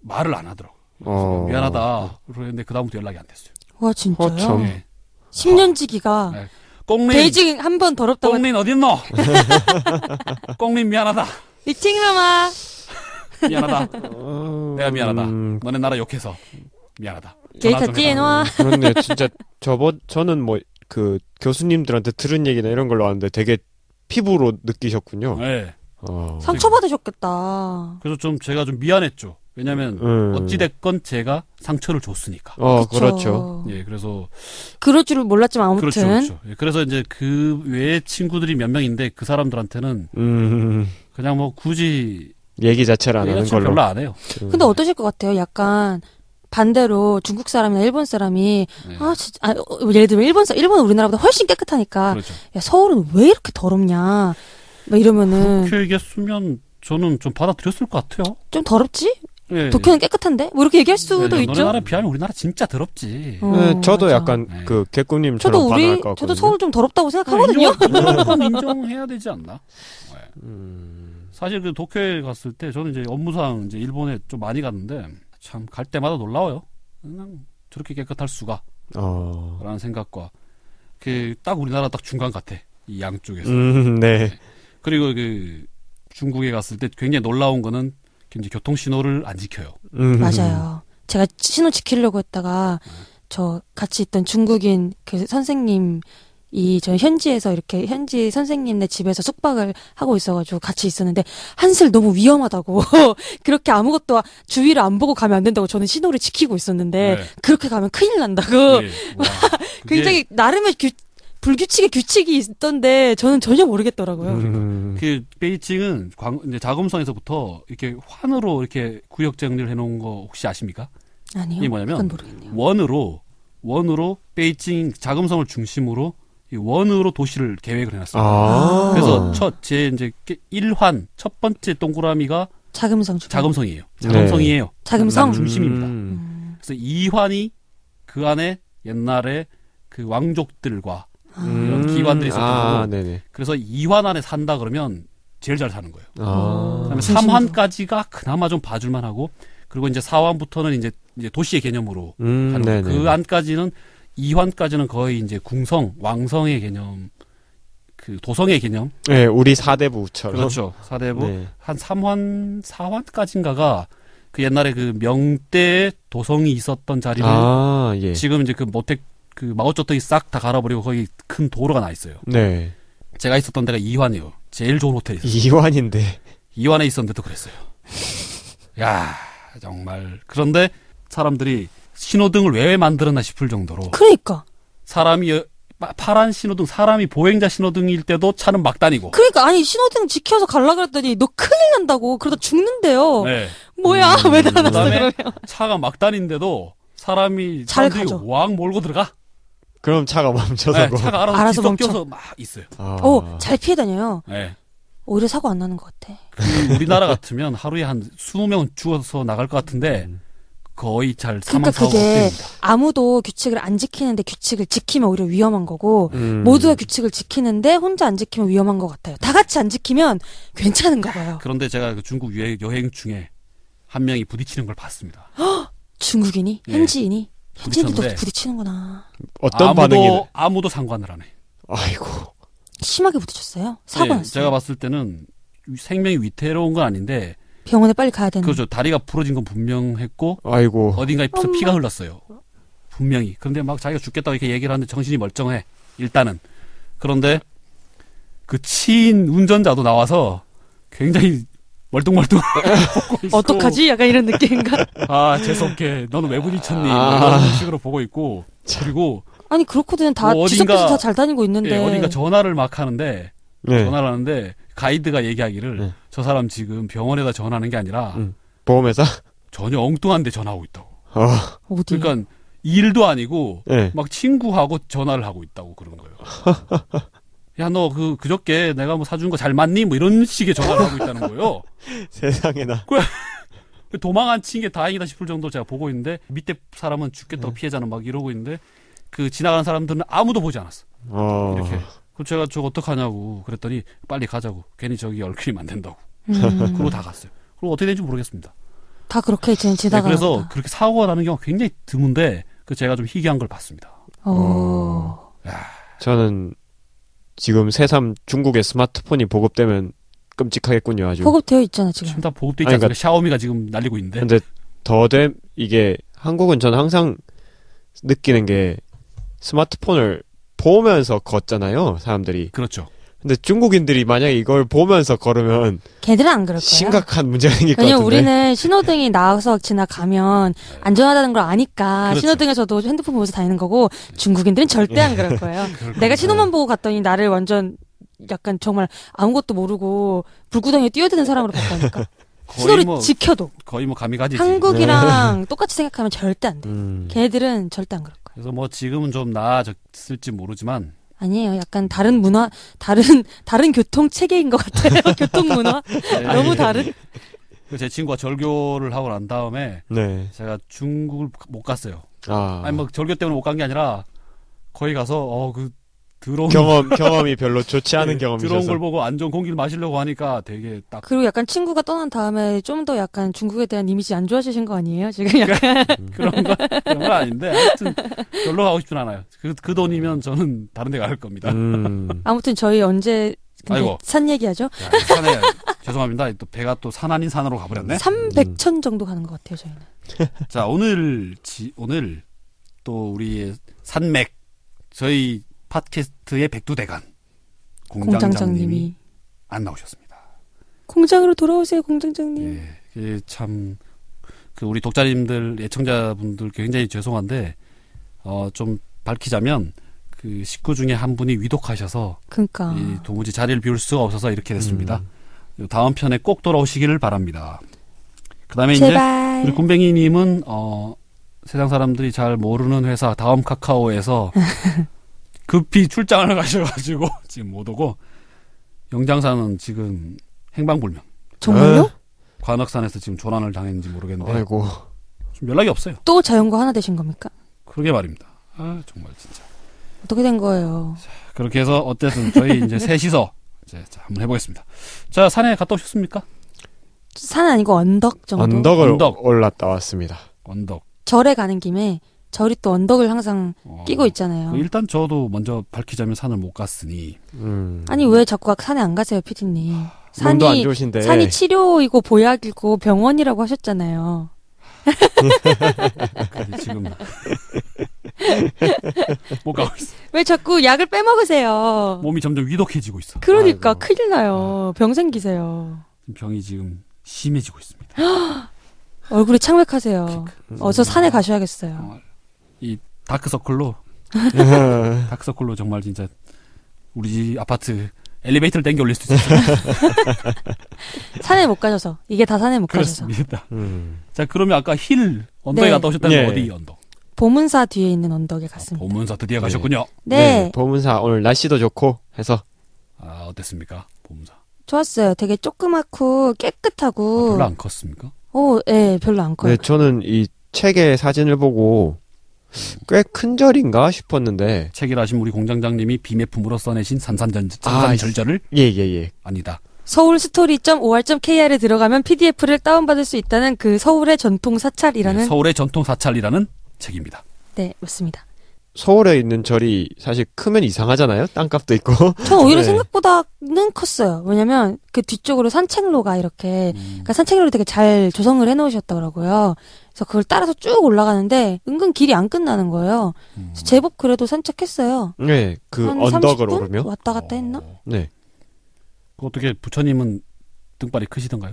[SPEAKER 2] 말을 안 하더라고
[SPEAKER 3] 어.
[SPEAKER 2] 미안하다 그랬는데 그 다음부터 연락이 안 됐어요
[SPEAKER 4] 와 진짜요?
[SPEAKER 3] 허참. 음.
[SPEAKER 2] 네.
[SPEAKER 4] 10년 지기가
[SPEAKER 2] 네. 꽁린
[SPEAKER 4] 베이징 한 번 더럽다고
[SPEAKER 2] 꽁린
[SPEAKER 3] <laughs>
[SPEAKER 2] 어딨노 꽁린 미안하다
[SPEAKER 4] 이팅마마
[SPEAKER 2] 미안하다
[SPEAKER 3] 어,
[SPEAKER 2] 내가 미안하다
[SPEAKER 3] 음,
[SPEAKER 2] 너네 나라 욕해서 미안하다 전화 좀 어,
[SPEAKER 4] 게이타
[SPEAKER 2] 해라.
[SPEAKER 4] 띠에노아
[SPEAKER 3] 그렇네 진짜 저번 저는 뭐 그 교수님들한테 들은 얘기나 이런 걸로 아는데 되게 피부로 느끼셨군요.
[SPEAKER 2] 네.
[SPEAKER 3] 어.
[SPEAKER 4] 상처받으셨겠다.
[SPEAKER 2] 그래서 좀 제가 좀 미안했죠 왜냐면
[SPEAKER 3] 음.
[SPEAKER 2] 어찌됐건 제가 상처를 줬으니까
[SPEAKER 3] 어
[SPEAKER 4] 그쵸.
[SPEAKER 3] 그렇죠.
[SPEAKER 2] 예 그래서
[SPEAKER 4] 그럴 줄은 몰랐지만 아무튼
[SPEAKER 2] 그렇죠, 그렇죠. 예, 그래서 이제 그 외에 친구들이 몇 명인데 그 사람들한테는
[SPEAKER 3] 음
[SPEAKER 2] 그냥 뭐 굳이
[SPEAKER 3] 얘기 자체를 안 하는
[SPEAKER 2] 얘기할 필요 네,
[SPEAKER 3] 걸로.
[SPEAKER 2] 별로 안 해요.
[SPEAKER 3] 음.
[SPEAKER 4] 근데 어떠실 것 같아요? 약간 반대로 중국 사람이나 일본 사람이
[SPEAKER 2] 네.
[SPEAKER 4] 아 진짜 아, 어, 예를 들면 일본 사 일본은 우리나라보다 훨씬 깨끗하니까
[SPEAKER 2] 그렇죠.
[SPEAKER 4] 야 서울은 왜 이렇게 더럽냐 막 이러면은
[SPEAKER 2] 그렇게 얘기했으면 저는 좀 받아들였을 것 같아요.
[SPEAKER 4] 좀 더럽지?
[SPEAKER 2] 예,
[SPEAKER 4] 도쿄는 깨끗한데? 뭐 이렇게 얘기할 수도
[SPEAKER 2] 예, 너네
[SPEAKER 4] 있죠.
[SPEAKER 2] 나라 비하면 우리나라 진짜 더럽지.
[SPEAKER 4] 어,
[SPEAKER 3] 네, 저도
[SPEAKER 4] 맞아.
[SPEAKER 3] 약간
[SPEAKER 2] 네.
[SPEAKER 3] 그 개꿈님처럼
[SPEAKER 4] 저도
[SPEAKER 3] 반응할
[SPEAKER 4] 우리
[SPEAKER 3] 것 같거든요.
[SPEAKER 4] 저도 서울 좀 더럽다고
[SPEAKER 2] 아,
[SPEAKER 4] 생각하거든요.
[SPEAKER 2] 인정하는
[SPEAKER 4] <laughs>
[SPEAKER 2] 건 인정해야 되지 않나? 예.
[SPEAKER 3] 음.
[SPEAKER 2] 사실 그 도쿄에 갔을 때 저는 이제 업무상 이제 일본에 좀 많이 갔는데 참 갈 때마다 놀라워요. 그냥 저렇게 깨끗할 수가라는
[SPEAKER 3] 어.
[SPEAKER 2] 생각과 그 딱 우리나라 딱 중간 같아 이 양쪽에서.
[SPEAKER 3] 음, 네.
[SPEAKER 2] 그리고 그 중국에 갔을 때 굉장히 놀라운 거는 이제 교통 신호를 안 지켜요.
[SPEAKER 3] 음.
[SPEAKER 4] 맞아요. 제가 신호 지키려고 했다가 저 같이 있던 중국인 그 선생님 이 저는 현지에서 이렇게 현지 선생님네 집에서 숙박을 하고 있어가지고 같이 있었는데 한슬 너무 위험하다고 <laughs> 그렇게 아무것도 주위를 안 보고 가면 안 된다고 저는 신호를 지키고 있었는데
[SPEAKER 2] 네.
[SPEAKER 4] 그렇게 가면 큰일 난다고
[SPEAKER 2] 예, 와, 그게
[SPEAKER 4] <laughs> 굉장히 나름의 규- 불규칙의 규칙이 있던데 저는 전혀 모르겠더라고요.
[SPEAKER 3] 음.
[SPEAKER 2] 그 베이징은 광, 이제 자금성에서부터 이렇게 환으로 이렇게 구역 정리를 해놓은 거 혹시 아십니까?
[SPEAKER 4] 아니요.
[SPEAKER 2] 이게 뭐냐면
[SPEAKER 4] 그건 모르겠네요.
[SPEAKER 2] 원으로 원으로 베이징 자금성을 중심으로 이 원으로 도시를 계획을 해놨어요.
[SPEAKER 3] 아.
[SPEAKER 2] 그래서 첫 제 이제 일환첫 번째 동그라미가
[SPEAKER 4] 자금성 주변.
[SPEAKER 2] 자금성이에요.
[SPEAKER 3] 네.
[SPEAKER 2] 자금성이에요.
[SPEAKER 4] 자금성.
[SPEAKER 2] 음. 중심입니다.
[SPEAKER 3] 음.
[SPEAKER 2] 그래서 이환이그 안에 옛날에 그 왕족들과
[SPEAKER 4] 아. 음.
[SPEAKER 2] 이런 기관들이 있었던
[SPEAKER 3] 음. 아,
[SPEAKER 2] 거고.
[SPEAKER 3] 네네.
[SPEAKER 2] 그래서 이환 안에 산다 그러면 제일 잘 사는 거예요.
[SPEAKER 3] 아.
[SPEAKER 2] 그다음에
[SPEAKER 4] 진심이다.
[SPEAKER 2] 삼환까지가 그나마 좀 봐줄만 하고 그리고 이제 사환부터는 이제 이제 도시의 개념으로
[SPEAKER 3] 음,
[SPEAKER 2] 가는
[SPEAKER 3] 네네.
[SPEAKER 2] 거예요. 그 안까지는 이환까지는 거의 이제 궁성, 왕성의 개념 그 도성의 개념
[SPEAKER 3] 네, 우리 사대부처럼.
[SPEAKER 2] 그렇죠. 사대부
[SPEAKER 3] 네.
[SPEAKER 2] 한 3환, 4환까지인가가 그 옛날에 그 명대의 도성이 있었던 자리를
[SPEAKER 3] 아, 예.
[SPEAKER 2] 지금 이제 그 모택 그 마오쩌둥이 싹 다 갈아버리고 거의 큰 도로가 나 있어요.
[SPEAKER 3] 네.
[SPEAKER 2] 제가 있었던 데가 이환이에요. 제일 좋은 호텔이 있어요.
[SPEAKER 3] 이완인데.
[SPEAKER 2] 이환에 있었는데도 그랬어요. 야 정말 그런데 사람들이 신호등을 왜 만들었나 싶을 정도로
[SPEAKER 4] 그러니까.
[SPEAKER 2] 사람이 여- 파- 파란 신호등 사람이 보행자 신호등일 때도 차는 막 다니고
[SPEAKER 4] 그러니까 아니 신호등 지켜서 갈라 그랬더니 너 큰일 난다고 그러다 죽는데요. <laughs>
[SPEAKER 2] 네.
[SPEAKER 4] 뭐야
[SPEAKER 3] 음.
[SPEAKER 4] 왜 달았어
[SPEAKER 2] 그다음에
[SPEAKER 4] 어. 그러면?
[SPEAKER 2] 차가 막 다니는데도 사람이
[SPEAKER 4] 잘
[SPEAKER 2] 사람들이
[SPEAKER 4] 가죠.
[SPEAKER 2] 왕 몰고 들어가
[SPEAKER 3] 그럼 차가 멈춰서.
[SPEAKER 2] 네,
[SPEAKER 3] 뭐.
[SPEAKER 2] 차가 알아서,
[SPEAKER 4] 알아서 멈춰.
[SPEAKER 2] 뒤섞여서 막 있어요.
[SPEAKER 3] 아.
[SPEAKER 4] 어잘 피해 다녀요.
[SPEAKER 2] 네.
[SPEAKER 4] 오히려 사고 안 나는 것 같아.
[SPEAKER 2] 그 우리나라 같으면 하루에 한 20명 죽어서 나갈 것 같은데
[SPEAKER 3] 음.
[SPEAKER 2] 거의 잘 사망
[SPEAKER 4] 그러니까
[SPEAKER 2] 사고가
[SPEAKER 4] 그게
[SPEAKER 2] 없습니다.
[SPEAKER 4] 아무도 규칙을 안 지키는데 규칙을 지키면 오히려 위험한 거고
[SPEAKER 3] 음.
[SPEAKER 4] 모두가 규칙을 지키는데 혼자 안 지키면 위험한 것 같아요. 다 같이 안 지키면 괜찮은가 봐요.
[SPEAKER 2] 그런데 제가 그 중국 여- 여행 중에 한 명이 부딪히는 걸 봤습니다.
[SPEAKER 4] 중국인이
[SPEAKER 2] 예.
[SPEAKER 4] 현지인이 현지인들도
[SPEAKER 2] 부딪혔는데
[SPEAKER 4] 부딪히는구나.
[SPEAKER 3] 어떤
[SPEAKER 2] 아무도
[SPEAKER 3] 반응이.
[SPEAKER 2] 아무도 상관을 안 해.
[SPEAKER 3] 아이고.
[SPEAKER 4] 심하게 부딪혔어요. 사고
[SPEAKER 2] 예,
[SPEAKER 4] 났어요.
[SPEAKER 2] 제가 봤을 때는 생명이 위태로운 건 아닌데
[SPEAKER 4] 병원에 빨리 가야 되는.
[SPEAKER 2] 그렇죠. 다리가 부러진 건 분명했고
[SPEAKER 3] 아이고.
[SPEAKER 2] 어딘가에 피-
[SPEAKER 4] 엄마.
[SPEAKER 2] 피가 흘렀어요. 분명히. 그런데 막 자기가 죽겠다고 이렇게 얘기를 하는데 정신이 멀쩡해. 일단은. 그런데 그 치인 운전자도 나와서 굉장히 멀뚱멀뚱. 보고 있고,
[SPEAKER 4] 어떡하지? 약간 이런 느낌인가?
[SPEAKER 2] 아, 재수없게. 너는 왜 부딪혔니?
[SPEAKER 3] 아.
[SPEAKER 2] 뭐 이런 식으로 보고 있고. 그리고
[SPEAKER 4] 아니 그렇거든 다
[SPEAKER 2] 뭐 어딘가-
[SPEAKER 4] 지속해서 다 잘 다니고 있는데
[SPEAKER 2] 예, 어딘가 전화를 막 하는데
[SPEAKER 3] 네.
[SPEAKER 2] 전화를 하는데 가이드가 얘기하기를
[SPEAKER 3] 네.
[SPEAKER 2] 저 사람 지금 병원에다 전화하는 게 아니라
[SPEAKER 3] 음. 보험회사?
[SPEAKER 2] 전혀 엉뚱한 데 전화하고 있다고.
[SPEAKER 3] 어.
[SPEAKER 4] 어디?
[SPEAKER 2] 그러니까 일도 아니고
[SPEAKER 3] 네. <laughs>
[SPEAKER 2] 막 친구하고 전화를 하고 있다고 그런 거예요. 야, 너 그, 그저께 내가 뭐 사준 거 잘 맞니? 뭐 이런 식의 전화를 하고 있다는 거예요.
[SPEAKER 3] 세상에나.
[SPEAKER 2] 도망 안 친 게 다행이다 싶을 정도로 제가 보고 있는데, 밑에 사람은 죽겠다고
[SPEAKER 3] 네.
[SPEAKER 2] 피해자는 막 이러고 있는데, 그 지나가는 사람들은 아무도 보지 않았어.
[SPEAKER 3] 어.
[SPEAKER 2] 이렇게. 그럼 제가 저거 어떡하냐고 그랬더니, 빨리 가자고. 괜히 저기 얽히면 안 된다고.
[SPEAKER 4] 음,
[SPEAKER 2] 그러고 다 갔어요. 그럼 어떻게 되는지 모르겠습니다.
[SPEAKER 4] 다 그렇게 그냥
[SPEAKER 2] 네,
[SPEAKER 4] 지나가.
[SPEAKER 2] 그래서 그렇게 사고가 나는 경우가 굉장히 드문데, 그 제가 좀 희귀한 걸 봤습니다.
[SPEAKER 4] 어.
[SPEAKER 3] 저는 지금 새삼 중국의 스마트폰이 보급되면 끔찍하겠군요, 아주.
[SPEAKER 4] 보급되어 네. 있잖아 지금.
[SPEAKER 2] 지금 다 보급돼 있지
[SPEAKER 3] 아니, 그러니까-
[SPEAKER 2] 않습니까? 샤오미가 지금 날리고 있는데.
[SPEAKER 3] 근데 더 됨, 이게, 한국은 저는 항상 느끼는 게 스마트폰을 보면서 걷잖아요, 사람들이.
[SPEAKER 2] 그렇죠.
[SPEAKER 3] 근데 중국인들이 만약에 이걸 보면서 걸으면
[SPEAKER 4] 걔들은 안 그럴 거야.
[SPEAKER 3] 심각한 문제가 생길 것
[SPEAKER 4] 왜냐면
[SPEAKER 3] 같은데.
[SPEAKER 4] 우리는 신호등이 나와서 지나가면 안전하다는 걸 아니까
[SPEAKER 2] 네. 그렇죠.
[SPEAKER 4] 신호등에서도 핸드폰 보면서 다니는 거고 중국인들은 절대 안
[SPEAKER 2] 네.
[SPEAKER 4] 그럴 거예요. 내가 신호만 보고 갔더니 나를 완전 약간 정말 아무것도 모르고 불구덩이에 뛰어드는 사람으로 봤다니까. 신호를
[SPEAKER 2] 거의 뭐, 네.
[SPEAKER 4] 지켜도
[SPEAKER 2] 거의 뭐 감이가지.
[SPEAKER 4] 한국이랑 똑같이 생각하면 절대 안 돼.
[SPEAKER 3] 음.
[SPEAKER 4] 걔들은 절대 안 그럴 거야.
[SPEAKER 2] 그래서 뭐 지금은 좀 나아졌을지
[SPEAKER 4] <laughs>
[SPEAKER 2] 모르지만
[SPEAKER 4] 아니에요. 약간 다른 문화, 다른 <laughs> 다른 교통 체계인 것 같아요. <laughs> 교통 문화
[SPEAKER 2] 네.
[SPEAKER 4] 너무 다른.
[SPEAKER 2] 그제 친구가 절교를 하고 난 다음에
[SPEAKER 3] 네.
[SPEAKER 2] 제가 중국을 못 갔어요.
[SPEAKER 3] 아.
[SPEAKER 2] 아. 니뭐 절교 때문에 못 간 게 아니라 거기 가서 어 그 더러운
[SPEAKER 3] 경험, 경험이 별로 좋지 않은
[SPEAKER 2] 더러운 네, 걸
[SPEAKER 3] 경험이셔서.
[SPEAKER 2] 보고 안 좋은 공기를 마시려고 하니까 되게 딱
[SPEAKER 4] 그리고 약간 친구가 떠난 다음에 좀 더 약간 중국에 대한 이미지 안 좋아지신 거 아니에요? 지금
[SPEAKER 2] <laughs>
[SPEAKER 4] 약간
[SPEAKER 2] 그런 거 그런 건 아닌데 하여튼 별로 가고 싶진 않아요. 그, 그 돈이면 저는 다른 데 갈 겁니다.
[SPEAKER 3] 음.
[SPEAKER 4] 아무튼 저희 언제 근데
[SPEAKER 2] 아이고.
[SPEAKER 4] 산 얘기하죠?
[SPEAKER 2] 야, 산에 죄송합니다. 또 배가 또 산 아닌 산으로 가버렸네. 음.
[SPEAKER 4] 300천 정도 가는 것 같아요. 저희는.
[SPEAKER 2] 자 오늘 지, 오늘 또 우리의 산맥 저희 팟캐스트의 백두대간 공장장님이
[SPEAKER 4] 공장장님이
[SPEAKER 2] 안 나오셨습니다.
[SPEAKER 4] 공장으로 돌아오세요, 공장장님.
[SPEAKER 2] 예, 그게 참, 그 우리 독자님들 예청자분들 굉장히 죄송한데 어, 좀 밝히자면 그 식구 중에 한 분이 위독하셔서
[SPEAKER 4] 그러니까
[SPEAKER 2] 이 도무지 자리를 비울 수가 없어서 이렇게 됐습니다. 다음 편에 꼭 돌아오시기를 바랍니다. 그다음에 이제
[SPEAKER 4] 제발.
[SPEAKER 2] 우리
[SPEAKER 4] <laughs>
[SPEAKER 2] 곰뱅이님은 어, 세상 사람들이 잘 모르는 회사 다음 카카오에서 급히 출장을 가셔가지고 <laughs> 지금 못 오고 영장사는 지금 행방불명.
[SPEAKER 4] 정말요?
[SPEAKER 2] 아. 관악산에서 지금 조난을 당했는지 모르겠는데
[SPEAKER 3] 음. 아이고.
[SPEAKER 4] 음.
[SPEAKER 2] 좀 연락이 없어요.
[SPEAKER 4] 또 자연과 하나 되신 겁니까?
[SPEAKER 2] 그러게 말입니다. 아 정말 진짜.
[SPEAKER 4] 어떻게 된 거예요?
[SPEAKER 2] 그렇게 해서 어쨌든 저희 이제 셋이서 이제 자, 한번 해보겠습니다. 자 산에 갔다 오셨습니까?
[SPEAKER 4] 산 아니고 언덕 정도?
[SPEAKER 3] 언덕을
[SPEAKER 2] 언덕.
[SPEAKER 3] 올랐다 왔습니다.
[SPEAKER 2] 언덕.
[SPEAKER 4] 절에 가는 김에 절이 또 언덕을 항상
[SPEAKER 2] 어,
[SPEAKER 4] 끼고 있잖아요.
[SPEAKER 2] 그 일단 저도 먼저 밝히자면 산을 못 갔으니
[SPEAKER 3] 음.
[SPEAKER 4] 아니 왜 자꾸 산에 안 가세요, 피디님?
[SPEAKER 3] 몸도 안
[SPEAKER 4] 산이
[SPEAKER 3] 좋으신데.
[SPEAKER 4] 산이 치료이고 보약이고 병원이라고 하셨잖아요.
[SPEAKER 2] 근데 <laughs> 지금 못 가고 있어.
[SPEAKER 4] 왜 자꾸 약을 빼먹으세요?
[SPEAKER 2] 몸이 점점 위독해지고 있어.
[SPEAKER 4] 그러니까
[SPEAKER 3] 아이고.
[SPEAKER 4] 큰일 나요. 병 생기세요.
[SPEAKER 2] 지금 병이 지금 심해지고 있습니다.
[SPEAKER 4] 얼굴이 창백하세요.
[SPEAKER 3] 그, 음.
[SPEAKER 4] 어서 산에 가셔야겠어요.
[SPEAKER 2] 정말 이 다크서클로 다크서클로 정말 진짜 우리 집 아파트 엘리베이터를 땡겨 올릴 수 있어요.
[SPEAKER 4] 산에 못 가셔서 이게 다 산에 못
[SPEAKER 2] <laughs>
[SPEAKER 4] 가셔서
[SPEAKER 2] 그렇습니다.
[SPEAKER 3] <laughs> 음.
[SPEAKER 2] <laughs> 자 그러면 아까 힐 언덕에
[SPEAKER 4] 네.
[SPEAKER 2] 갔다 오셨다는
[SPEAKER 3] 예.
[SPEAKER 2] 어디 언덕?
[SPEAKER 4] 보문사 뒤에 있는 언덕에
[SPEAKER 2] 아,
[SPEAKER 4] 갔습니다.
[SPEAKER 2] 보문사 드디어
[SPEAKER 3] 네.
[SPEAKER 2] 가셨군요.
[SPEAKER 4] 네,
[SPEAKER 3] 보문사 오늘 날씨도 좋고 해서
[SPEAKER 2] 아 어땠습니까? 보문사. 아,
[SPEAKER 4] 좋았어요. 되게 조그맣고 깨끗하고.
[SPEAKER 2] 별로 안 컸습니까?
[SPEAKER 4] 오, 예, 별로 안 커요.
[SPEAKER 3] 네, 저는 이 책의 사진을 보고 꽤 큰 절인가 싶었는데
[SPEAKER 2] 책일 하신 우리 공장장님이 비매품으로 써내신 산산전
[SPEAKER 3] 아,
[SPEAKER 2] 산산절절을
[SPEAKER 3] 예예 예.
[SPEAKER 2] 아니다.
[SPEAKER 4] 서울 스토리 .or.kr에 들어가면 PDF를 다운받을 수 있다는 그 서울의 전통 사찰이라는
[SPEAKER 2] 네, 서울의 전통 사찰이라는 책입니다.
[SPEAKER 4] 네, 맞습니다.
[SPEAKER 3] 서울에 있는 절이 사실 크면 이상하잖아요. 땅값도 있고. <laughs>
[SPEAKER 4] 전 오히려
[SPEAKER 3] 네.
[SPEAKER 4] 생각보다는 컸어요. 왜냐면 그 뒤쪽으로 산책로가 이렇게
[SPEAKER 2] 음.
[SPEAKER 4] 그러니까 산책로를 되게 잘 조성을 해놓으셨더라고요. 그래서 그걸 따라서 쭉 올라가는데 은근 길이 안 끝나는 거예요.
[SPEAKER 2] 음.
[SPEAKER 4] 그래서 제법 그래도 산책했어요.
[SPEAKER 3] 네, 그
[SPEAKER 4] 한
[SPEAKER 3] 언덕을
[SPEAKER 4] 30분
[SPEAKER 3] 오르며.
[SPEAKER 4] 왔다 갔다 했나?
[SPEAKER 2] 어,
[SPEAKER 3] 네.
[SPEAKER 2] 그 어떻게 부처님은 등발이 크시던가요?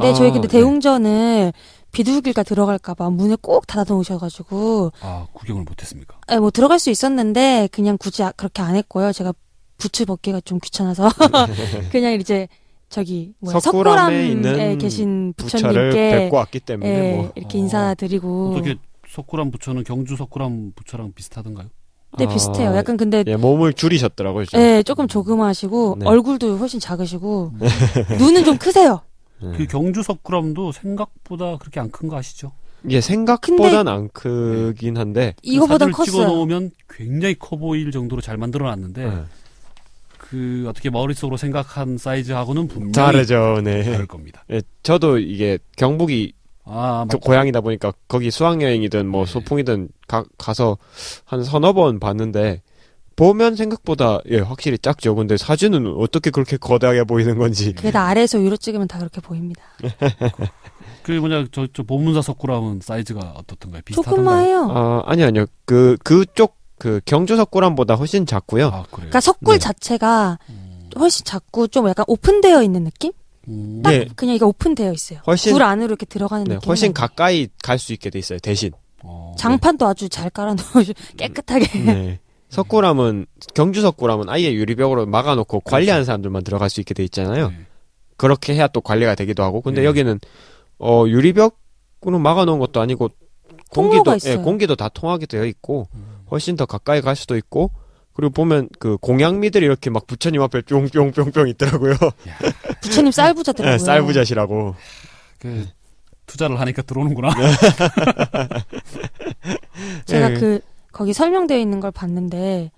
[SPEAKER 4] 네, 저희
[SPEAKER 3] 아,
[SPEAKER 4] 근데 대웅전을 비둘기가 들어갈까봐 문을 꼭 닫아놓으셔가지고
[SPEAKER 2] 아 구경을 못했습니까?
[SPEAKER 4] 예, 뭐 들어갈 수 있었는데 그냥 굳이 아- 그렇게 안 했고요. 제가 부츠 벗기가 좀 귀찮아서 <laughs> 그냥 이제 저기 뭐야,
[SPEAKER 3] 석굴암에
[SPEAKER 4] 석굴암에 예,
[SPEAKER 3] 있는
[SPEAKER 4] 계신
[SPEAKER 3] 부처를
[SPEAKER 4] 부처님께
[SPEAKER 3] 뵙고 왔기
[SPEAKER 4] 예,
[SPEAKER 3] 때문에 뭐.
[SPEAKER 4] 이렇게
[SPEAKER 2] 어.
[SPEAKER 4] 인사드리고
[SPEAKER 2] 어떻게 석굴암 부처는 경주 석굴암 부처랑 비슷하던가요?
[SPEAKER 4] 네 비슷해요. 약간 근데
[SPEAKER 3] 예, 몸을 줄이셨더라고요.
[SPEAKER 4] 예,
[SPEAKER 3] 지금.
[SPEAKER 4] 조금 조그마하시고
[SPEAKER 3] 네.
[SPEAKER 4] 얼굴도 훨씬 작으시고 눈은 좀 크세요.
[SPEAKER 3] 네.
[SPEAKER 2] 그 경주 석굴암도 생각보다 그렇게 안 큰 거 아시죠?
[SPEAKER 3] 예, 생각보단 안 크긴 한데.
[SPEAKER 4] 이거보다
[SPEAKER 2] 사진을
[SPEAKER 4] 컸어요.
[SPEAKER 2] 찍어 놓으면 굉장히 커 보일 정도로 잘
[SPEAKER 4] 네.
[SPEAKER 2] 만들어놨는데
[SPEAKER 3] 예.
[SPEAKER 2] 그 어떻게 머릿속으로 생각한 사이즈하고는 분명히
[SPEAKER 3] 다르죠, 네.
[SPEAKER 2] 다를 겁니다.
[SPEAKER 3] 예, 저도 이게 경북이
[SPEAKER 2] 아,
[SPEAKER 3] 저
[SPEAKER 2] 맞-
[SPEAKER 3] 고향이다 보니까 거기 수학여행이든 뭐
[SPEAKER 2] 네.
[SPEAKER 3] 소풍이든 가, 가서 한 서너 번 봤는데 보면 생각보다 예, 확실히 작죠. 근데 사진은 어떻게 그렇게 거대하게 보이는 건지.
[SPEAKER 4] 그게 다 아래에서 위로 찍으면 다 그렇게 보입니다.
[SPEAKER 2] 그 뭐냐 저, 저 보문사 석굴암은 사이즈가 어떻던가요? 비슷하던가요?
[SPEAKER 4] 조그마해요.
[SPEAKER 3] 아, 아니 아니요. 그 그쪽 그 경주 석굴암보다 훨씬 작고요.
[SPEAKER 2] 아 그래요.
[SPEAKER 4] 그러니까 석굴
[SPEAKER 3] 네. 음.
[SPEAKER 4] 자체가 훨씬 작고 좀 약간 오픈되어 있는 느낌?
[SPEAKER 2] 음,
[SPEAKER 4] 딱
[SPEAKER 3] 네.
[SPEAKER 4] 그냥 이게 오픈되어 있어요.
[SPEAKER 3] 훨씬-
[SPEAKER 4] 굴 안으로 이렇게 들어가는
[SPEAKER 3] 네,
[SPEAKER 4] 느낌.
[SPEAKER 3] 훨씬 가까이 갈 수 있게 돼 있어요. 대신.
[SPEAKER 2] 어,
[SPEAKER 4] 장판도 아주 잘 깔아놓으 시 <laughs> 깨끗하게.
[SPEAKER 3] 네. 석굴암은 경주 석굴암은 아예 유리벽으로 막아놓고 관리하는 사람들만 들어갈 수 있게 돼 있잖아요.
[SPEAKER 2] 네.
[SPEAKER 3] 그렇게 해야 또 관리가 되기도 하고 근데
[SPEAKER 2] 네.
[SPEAKER 3] 여기는 어 유리벽으로 막아놓은 것도 아니고 공기도 예,
[SPEAKER 4] 통로가 있어요.
[SPEAKER 3] 공기도 다 통하게 되어 있고
[SPEAKER 2] 음.
[SPEAKER 3] 훨씬 더 가까이 갈 수도 있고 그리고 보면 그 공양미들이 이렇게 막 부처님 앞에 뿅뿅뿅뿅 있더라고요
[SPEAKER 4] 부처님 쌀부자더라고요.
[SPEAKER 3] 예, <laughs> 쌀부자시라고
[SPEAKER 2] 그 투자를 하니까 들어오는구나.
[SPEAKER 4] 제가
[SPEAKER 3] 예.
[SPEAKER 4] 그 거기 설명되어 있는 걸 봤는데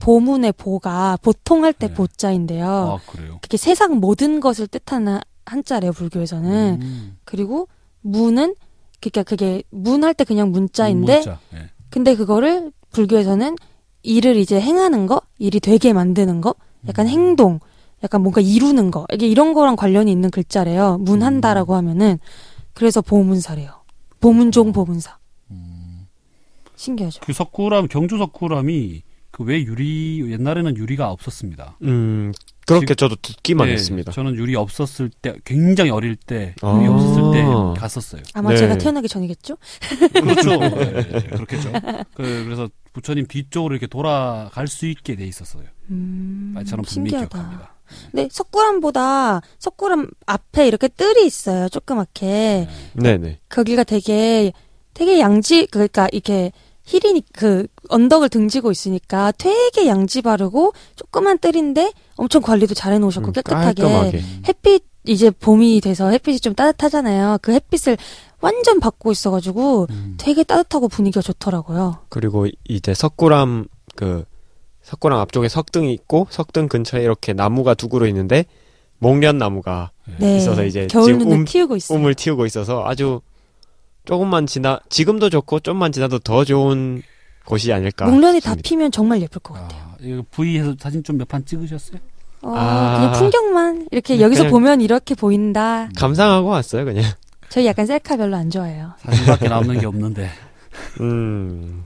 [SPEAKER 4] 보문의 보가 보통 할 때
[SPEAKER 2] 네.
[SPEAKER 4] 보자인데요.
[SPEAKER 2] 아 그래요.
[SPEAKER 4] 그게 세상 모든 것을 뜻하는 한자래요 불교에서는.
[SPEAKER 2] 음.
[SPEAKER 4] 그리고 문은 그러니까 그게 문 할 때 그냥 문자인데
[SPEAKER 2] 문자. 예.
[SPEAKER 4] 근데 그거를 불교에서는 일을 이제 행하는 거, 일이 되게 만드는 거, 약간 행동, 약간 뭔가 이루는 거 이게 이런 거랑 관련이 있는 글자래요. 문한다라고 하면은 그래서 보문사래요. 보문종 보문사. 신기하죠.
[SPEAKER 2] 그 석굴암 경주 석굴암이 그 왜 유리 옛날에는 유리가 없었습니다.
[SPEAKER 3] 음 그렇게 저도 듣기만
[SPEAKER 2] 예,
[SPEAKER 3] 했습니다
[SPEAKER 2] 저는 유리 없었을 때 굉장히 어릴 때
[SPEAKER 3] 아.
[SPEAKER 2] 유리 없었을 때 갔었어요.
[SPEAKER 4] 아마
[SPEAKER 3] 네.
[SPEAKER 4] 제가 태어나기 전이겠죠?
[SPEAKER 2] 그렇죠. 예, 예, 그렇겠죠. 그, 래서 부처님 뒤쪽으로 이렇게 돌아갈 수 있게 돼 있었어요.
[SPEAKER 4] 음,
[SPEAKER 2] 아, 저는 분명히 기억합니다.
[SPEAKER 4] 네, 석굴암보다 석굴암 앞에 이렇게 뜰이 있어요. 조그맣게.
[SPEAKER 2] 예.
[SPEAKER 3] 네네
[SPEAKER 4] 거기가 되게 되게 양지 그러니까 이렇게 힐이 그 언덕을 등지고 있으니까 되게 양지 바르고 조그만 뜰인데 엄청 관리도 잘 해놓으셨고
[SPEAKER 3] 음,
[SPEAKER 4] 깨끗하게
[SPEAKER 3] 깔끔하게.
[SPEAKER 4] 햇빛 이제 봄이 돼서 햇빛이 좀 따뜻하잖아요. 그 햇빛을 완전 받고 있어가지고
[SPEAKER 2] 음.
[SPEAKER 4] 되게 따뜻하고 분위기가 좋더라고요.
[SPEAKER 3] 그리고 이제 석굴암 그 석굴암 앞쪽에 석등이 있고 석등 근처에 이렇게 나무가 두 그루 있는데 목련 나무가
[SPEAKER 4] 네.
[SPEAKER 3] 있어서 이제
[SPEAKER 4] 겨울
[SPEAKER 3] 지금 음,
[SPEAKER 4] 눈을
[SPEAKER 3] 움-
[SPEAKER 4] 키우고 있어요.
[SPEAKER 3] 꿈을 틔우고 있어서 아주 조금만 지나 지금도 좋고 좀만 지나도 더 좋은 곳이 아닐까.
[SPEAKER 4] 목련이 다
[SPEAKER 3] 싶습니다.
[SPEAKER 4] 피면 정말 예쁠 것 같아요.
[SPEAKER 2] 아, 이거 V에서 사진 좀 몇 판 찍으셨어요?
[SPEAKER 4] 어,
[SPEAKER 3] 아. 네,
[SPEAKER 4] 그냥 풍경만 이렇게
[SPEAKER 3] 그냥-
[SPEAKER 4] 여기서 보면 이렇게 보인다.
[SPEAKER 3] 감상하고 왔어요 그냥.
[SPEAKER 4] 저희 약간 셀카 별로 안 좋아해요.
[SPEAKER 2] 사진밖에 남는 게 없는데.
[SPEAKER 3] 음.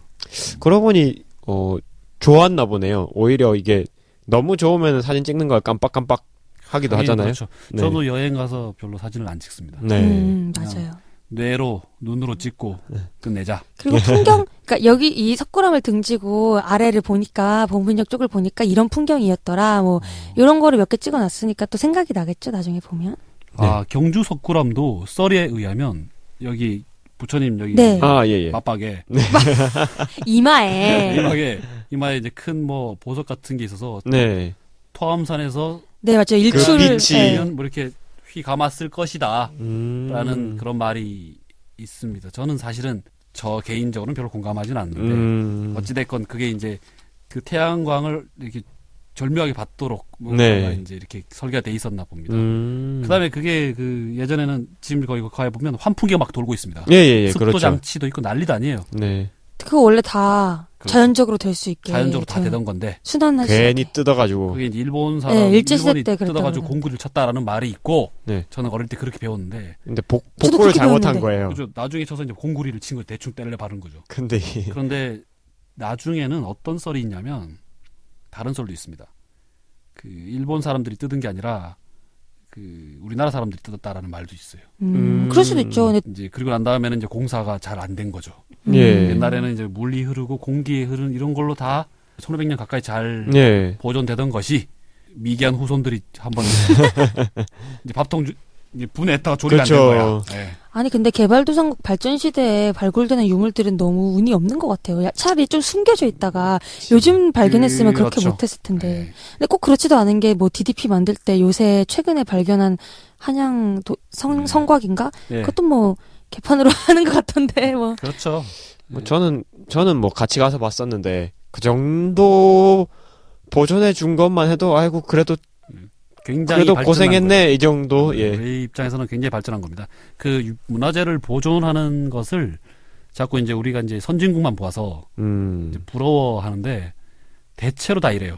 [SPEAKER 3] 그러고 보니 어 좋았나 보네요. 오히려 이게 너무 좋으면 사진 찍는 걸 깜빡깜빡 <laughs> 하기도
[SPEAKER 2] 하긴
[SPEAKER 3] 하잖아요.
[SPEAKER 2] 그렇죠.
[SPEAKER 3] 네.
[SPEAKER 2] 저도 여행 가서 별로 사진을 안 찍습니다.
[SPEAKER 3] 네.
[SPEAKER 4] 음, 맞아요.
[SPEAKER 3] <laughs>
[SPEAKER 2] 뇌로 눈으로 찍고 끝내자.
[SPEAKER 4] 그리고 풍경, 그러니까 여기 이 석굴암을 등지고 아래를 보니까 봉분역 쪽을 보니까 이런 풍경이었더라.
[SPEAKER 3] 어.
[SPEAKER 4] 뭐 이런 거를 몇 개 찍어놨으니까 또 생각이 나겠죠 나중에 보면.
[SPEAKER 3] 네.
[SPEAKER 2] 아 경주 석굴암도 썰이에 의하면 여기 부처님 여기
[SPEAKER 4] 네.
[SPEAKER 3] 아 예예.
[SPEAKER 2] 맞박에
[SPEAKER 3] <laughs>
[SPEAKER 2] <laughs>
[SPEAKER 4] 이마에.
[SPEAKER 2] 이마에 이마에 이제 큰 뭐 보석 같은 게 있어서
[SPEAKER 3] 네. 그
[SPEAKER 2] 토암산에서
[SPEAKER 4] 네
[SPEAKER 2] 그
[SPEAKER 4] 맞죠 일출을.
[SPEAKER 3] 빛이.
[SPEAKER 4] 네.
[SPEAKER 2] 이면 뭐 이렇게 휘 감았을 것이다라는
[SPEAKER 3] 음.
[SPEAKER 2] 그런 말이 있습니다. 저는 사실은 저 개인적으로는 별로 공감하진 않는데
[SPEAKER 3] 음.
[SPEAKER 2] 어찌됐건 그게 이제 그 태양광을 이렇게 절묘하게 받도록 뭔가
[SPEAKER 3] 네.
[SPEAKER 2] 이제 이렇게 설계가 돼 있었나 봅니다.
[SPEAKER 3] 음.
[SPEAKER 2] 그다음에 그게 그 예전에는 지금 거기 가에 보면 환풍기가 막 돌고 있습니다.
[SPEAKER 3] 예예예
[SPEAKER 2] 습도
[SPEAKER 3] 그렇죠.
[SPEAKER 2] 장치도 있고 난리도 아니에요.
[SPEAKER 3] 네.
[SPEAKER 4] 그거 원래 다
[SPEAKER 2] 그렇죠.
[SPEAKER 4] 자연적으로 될 수 있게.
[SPEAKER 2] 자연적으로 다
[SPEAKER 4] 돼요.
[SPEAKER 2] 되던 건데
[SPEAKER 4] 순환할 수
[SPEAKER 3] 괜히
[SPEAKER 4] 있게.
[SPEAKER 3] 뜯어가지고.
[SPEAKER 2] 그게 이제 일본 사람
[SPEAKER 4] 예, 네, 일제시대
[SPEAKER 2] 일본이
[SPEAKER 4] 때 그랬다고
[SPEAKER 2] 뜯어가지고
[SPEAKER 4] 그러더라고요.
[SPEAKER 2] 공구를 쳤다라는 말이 있고
[SPEAKER 3] 네.
[SPEAKER 2] 저는 어릴 때 그렇게 배웠는데
[SPEAKER 3] 근데 복,
[SPEAKER 4] 저도
[SPEAKER 3] 복구를
[SPEAKER 4] 그렇게
[SPEAKER 3] 잘못한
[SPEAKER 4] 배웠는데.
[SPEAKER 3] 거예요.
[SPEAKER 2] 그죠 나중에 쳐서 이제 공구리를 친 걸 대충 때려 바른 거죠.
[SPEAKER 3] 근데 이-
[SPEAKER 2] 그런데 나중에는 어떤 썰이 있냐면 다른 썰도 있습니다. 그 일본 사람들이 뜯은 게 아니라 그 우리나라 사람들이 뜯었다라는 말도 있어요.
[SPEAKER 4] 음,
[SPEAKER 3] 음.
[SPEAKER 4] 그럴 수도 있죠. 근데 음.
[SPEAKER 2] 이제 그리고 난 다음에는 이제 공사가 잘 안 된 거죠.
[SPEAKER 3] 예.
[SPEAKER 2] 옛날에는 이제 물이 흐르고 공기에 흐른 이런 걸로 다 1500년 가까이 잘
[SPEAKER 3] 예.
[SPEAKER 2] 보존되던 것이 미개한 후손들이
[SPEAKER 3] <laughs>
[SPEAKER 2] 한번 이제 밥통 주, 이제 분해했다가 조리가
[SPEAKER 3] 그렇죠.
[SPEAKER 2] 안된 거야. 예.
[SPEAKER 4] 아니 근데 개발도상국 발전 시대에 발굴되는 유물들은 너무 운이 없는 것 같아요. 야, 차라리 좀 숨겨져 있다가 요즘 발견했으면 그렇게
[SPEAKER 2] 그렇죠.
[SPEAKER 4] 못했을 텐데.
[SPEAKER 2] 예.
[SPEAKER 4] 근데 꼭 그렇지도 않은 게 뭐 DDP 만들 때 요새 최근에 발견한 한양 도,
[SPEAKER 2] 음.
[SPEAKER 4] 성, 성곽인가?
[SPEAKER 2] 예.
[SPEAKER 4] 그것도 뭐 개판으로 <laughs> 하는 것 같던데 뭐.
[SPEAKER 2] 그렇죠.
[SPEAKER 3] 뭐 저는 저는 뭐 같이 가서 봤었는데 그 정도 보존해 준 것만 해도 아이고 그래도
[SPEAKER 2] 굉장히 발전한
[SPEAKER 3] 그래도
[SPEAKER 2] 거예요.
[SPEAKER 3] 고생했네 이 정도 예.
[SPEAKER 2] 우리 입장에서는 굉장히 발전한 겁니다. 그 유- 문화재를 보존하는 것을 자꾸 이제 우리가 이제 선진국만 보아서
[SPEAKER 3] 음.
[SPEAKER 2] 이제 부러워하는데 대체로 다 이래요.